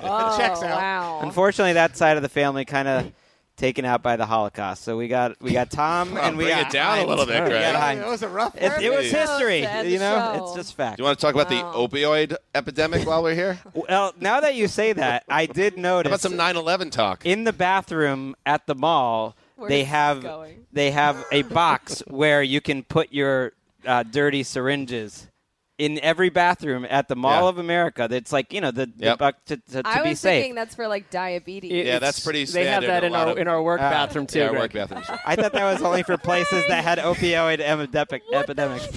E: Oh,
C: Checks out.
E: wow.
B: Unfortunately, that side of the family kind of taken out by the Holocaust. So we got we got Tom and we
A: bring
B: got
A: it down a
B: Heinz.
A: little bit,
B: We
A: Greg.
B: got
A: Yeah,
B: Heinz.
C: That was a rough
B: It, it was
E: Perfect.
B: history,
E: To end
B: you
E: the
B: know.
E: show.
B: It's just fact.
A: Do you want to talk about
E: Wow.
A: the opioid epidemic while we're here? How
B: Well, now that you say that, I did notice
A: about some 9/11 talk?
B: in the bathroom at the mall.
E: Where's
B: they
E: this
B: have
E: going?
B: they have a box where you can put your uh, dirty syringes. In every bathroom at the Mall
A: Yeah.
B: of America, it's like you know the,
A: Yep.
B: the buck to, to, to
E: I
B: be
E: was
B: safe.
E: thinking that's for like diabetes.
F: It-
A: Yeah, that's
F: it's-
A: pretty
F: They have
A: standard,
F: that
A: a
F: in
A: lot
F: our
A: of- Ah,
F: in our work
B: Uh,
F: bathroom too.
A: yeah, work
F: Greg.
A: bathrooms.
B: I thought that was only for places that had opioid epidemic, epidemics.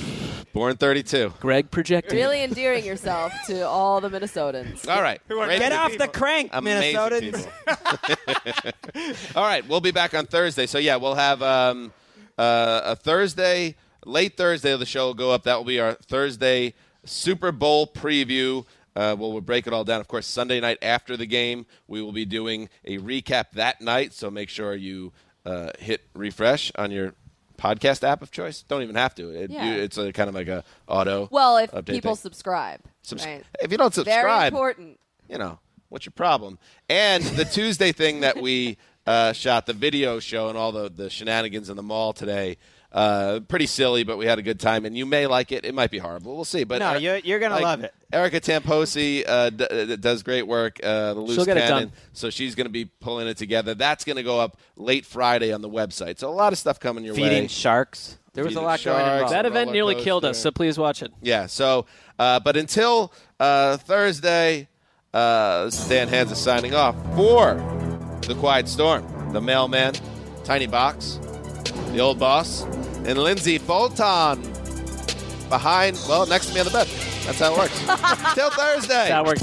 A: Born 32.
F: Greg projecting.
E: Really endearing yourself to all the Minnesotans.
A: All right. Great
B: Get
A: to
B: off
A: be-
B: the crank,
A: Amazing
B: Minnesotans.
A: people. All right, we'll be back on Thursday. So yeah, we'll have um, uh, a Thursday, late Thursday of the show will go up. That will be our Thursday Super Bowl preview. Uh, well, we'll break it all down. Of course, Sunday night after the game, we will be doing a recap that night. So make sure you uh, hit refresh on your podcast app of choice. Don't even have to. It,
E: Yeah.
A: you, it's a, kind of like a auto.
E: Well, if
A: update
E: people
A: thing.
E: subscribe.
A: Subs-
E: right?
A: If you don't
E: Very
A: subscribe,
E: important.
A: you know, what's your problem? And the Tuesday thing that we uh, shot, the video show and all the, the shenanigans in the mall today, uh, pretty silly, but we had a good time. And you may like it. It might be horrible. We'll see. But uh,
B: No,
A: Eri-
B: you're- you're gonna love it.
A: Erica Tamposi uh, d- uh, does great work. Uh, the loose
F: She'll get it
A: cannon.
F: done.
A: So she's going to be pulling it together. That's going to go up late Friday on the website. So a lot of stuff coming your way.
B: Feeding sharks. There was
A: Feeding
B: a lot
A: sharks.
B: going on.
F: That
A: Roller
F: event nearly killed us,
A: coaster.
F: so please watch it.
A: Yeah. So, uh, but until uh, Thursday, uh, Stan Hans is signing off for the Quiet Storm, the Mailman, Tiny Box, the Old Boss, and Lindsay Fulton behind. Well, next to me on the bed. That's how it works. Till Thursday.
F: That worked.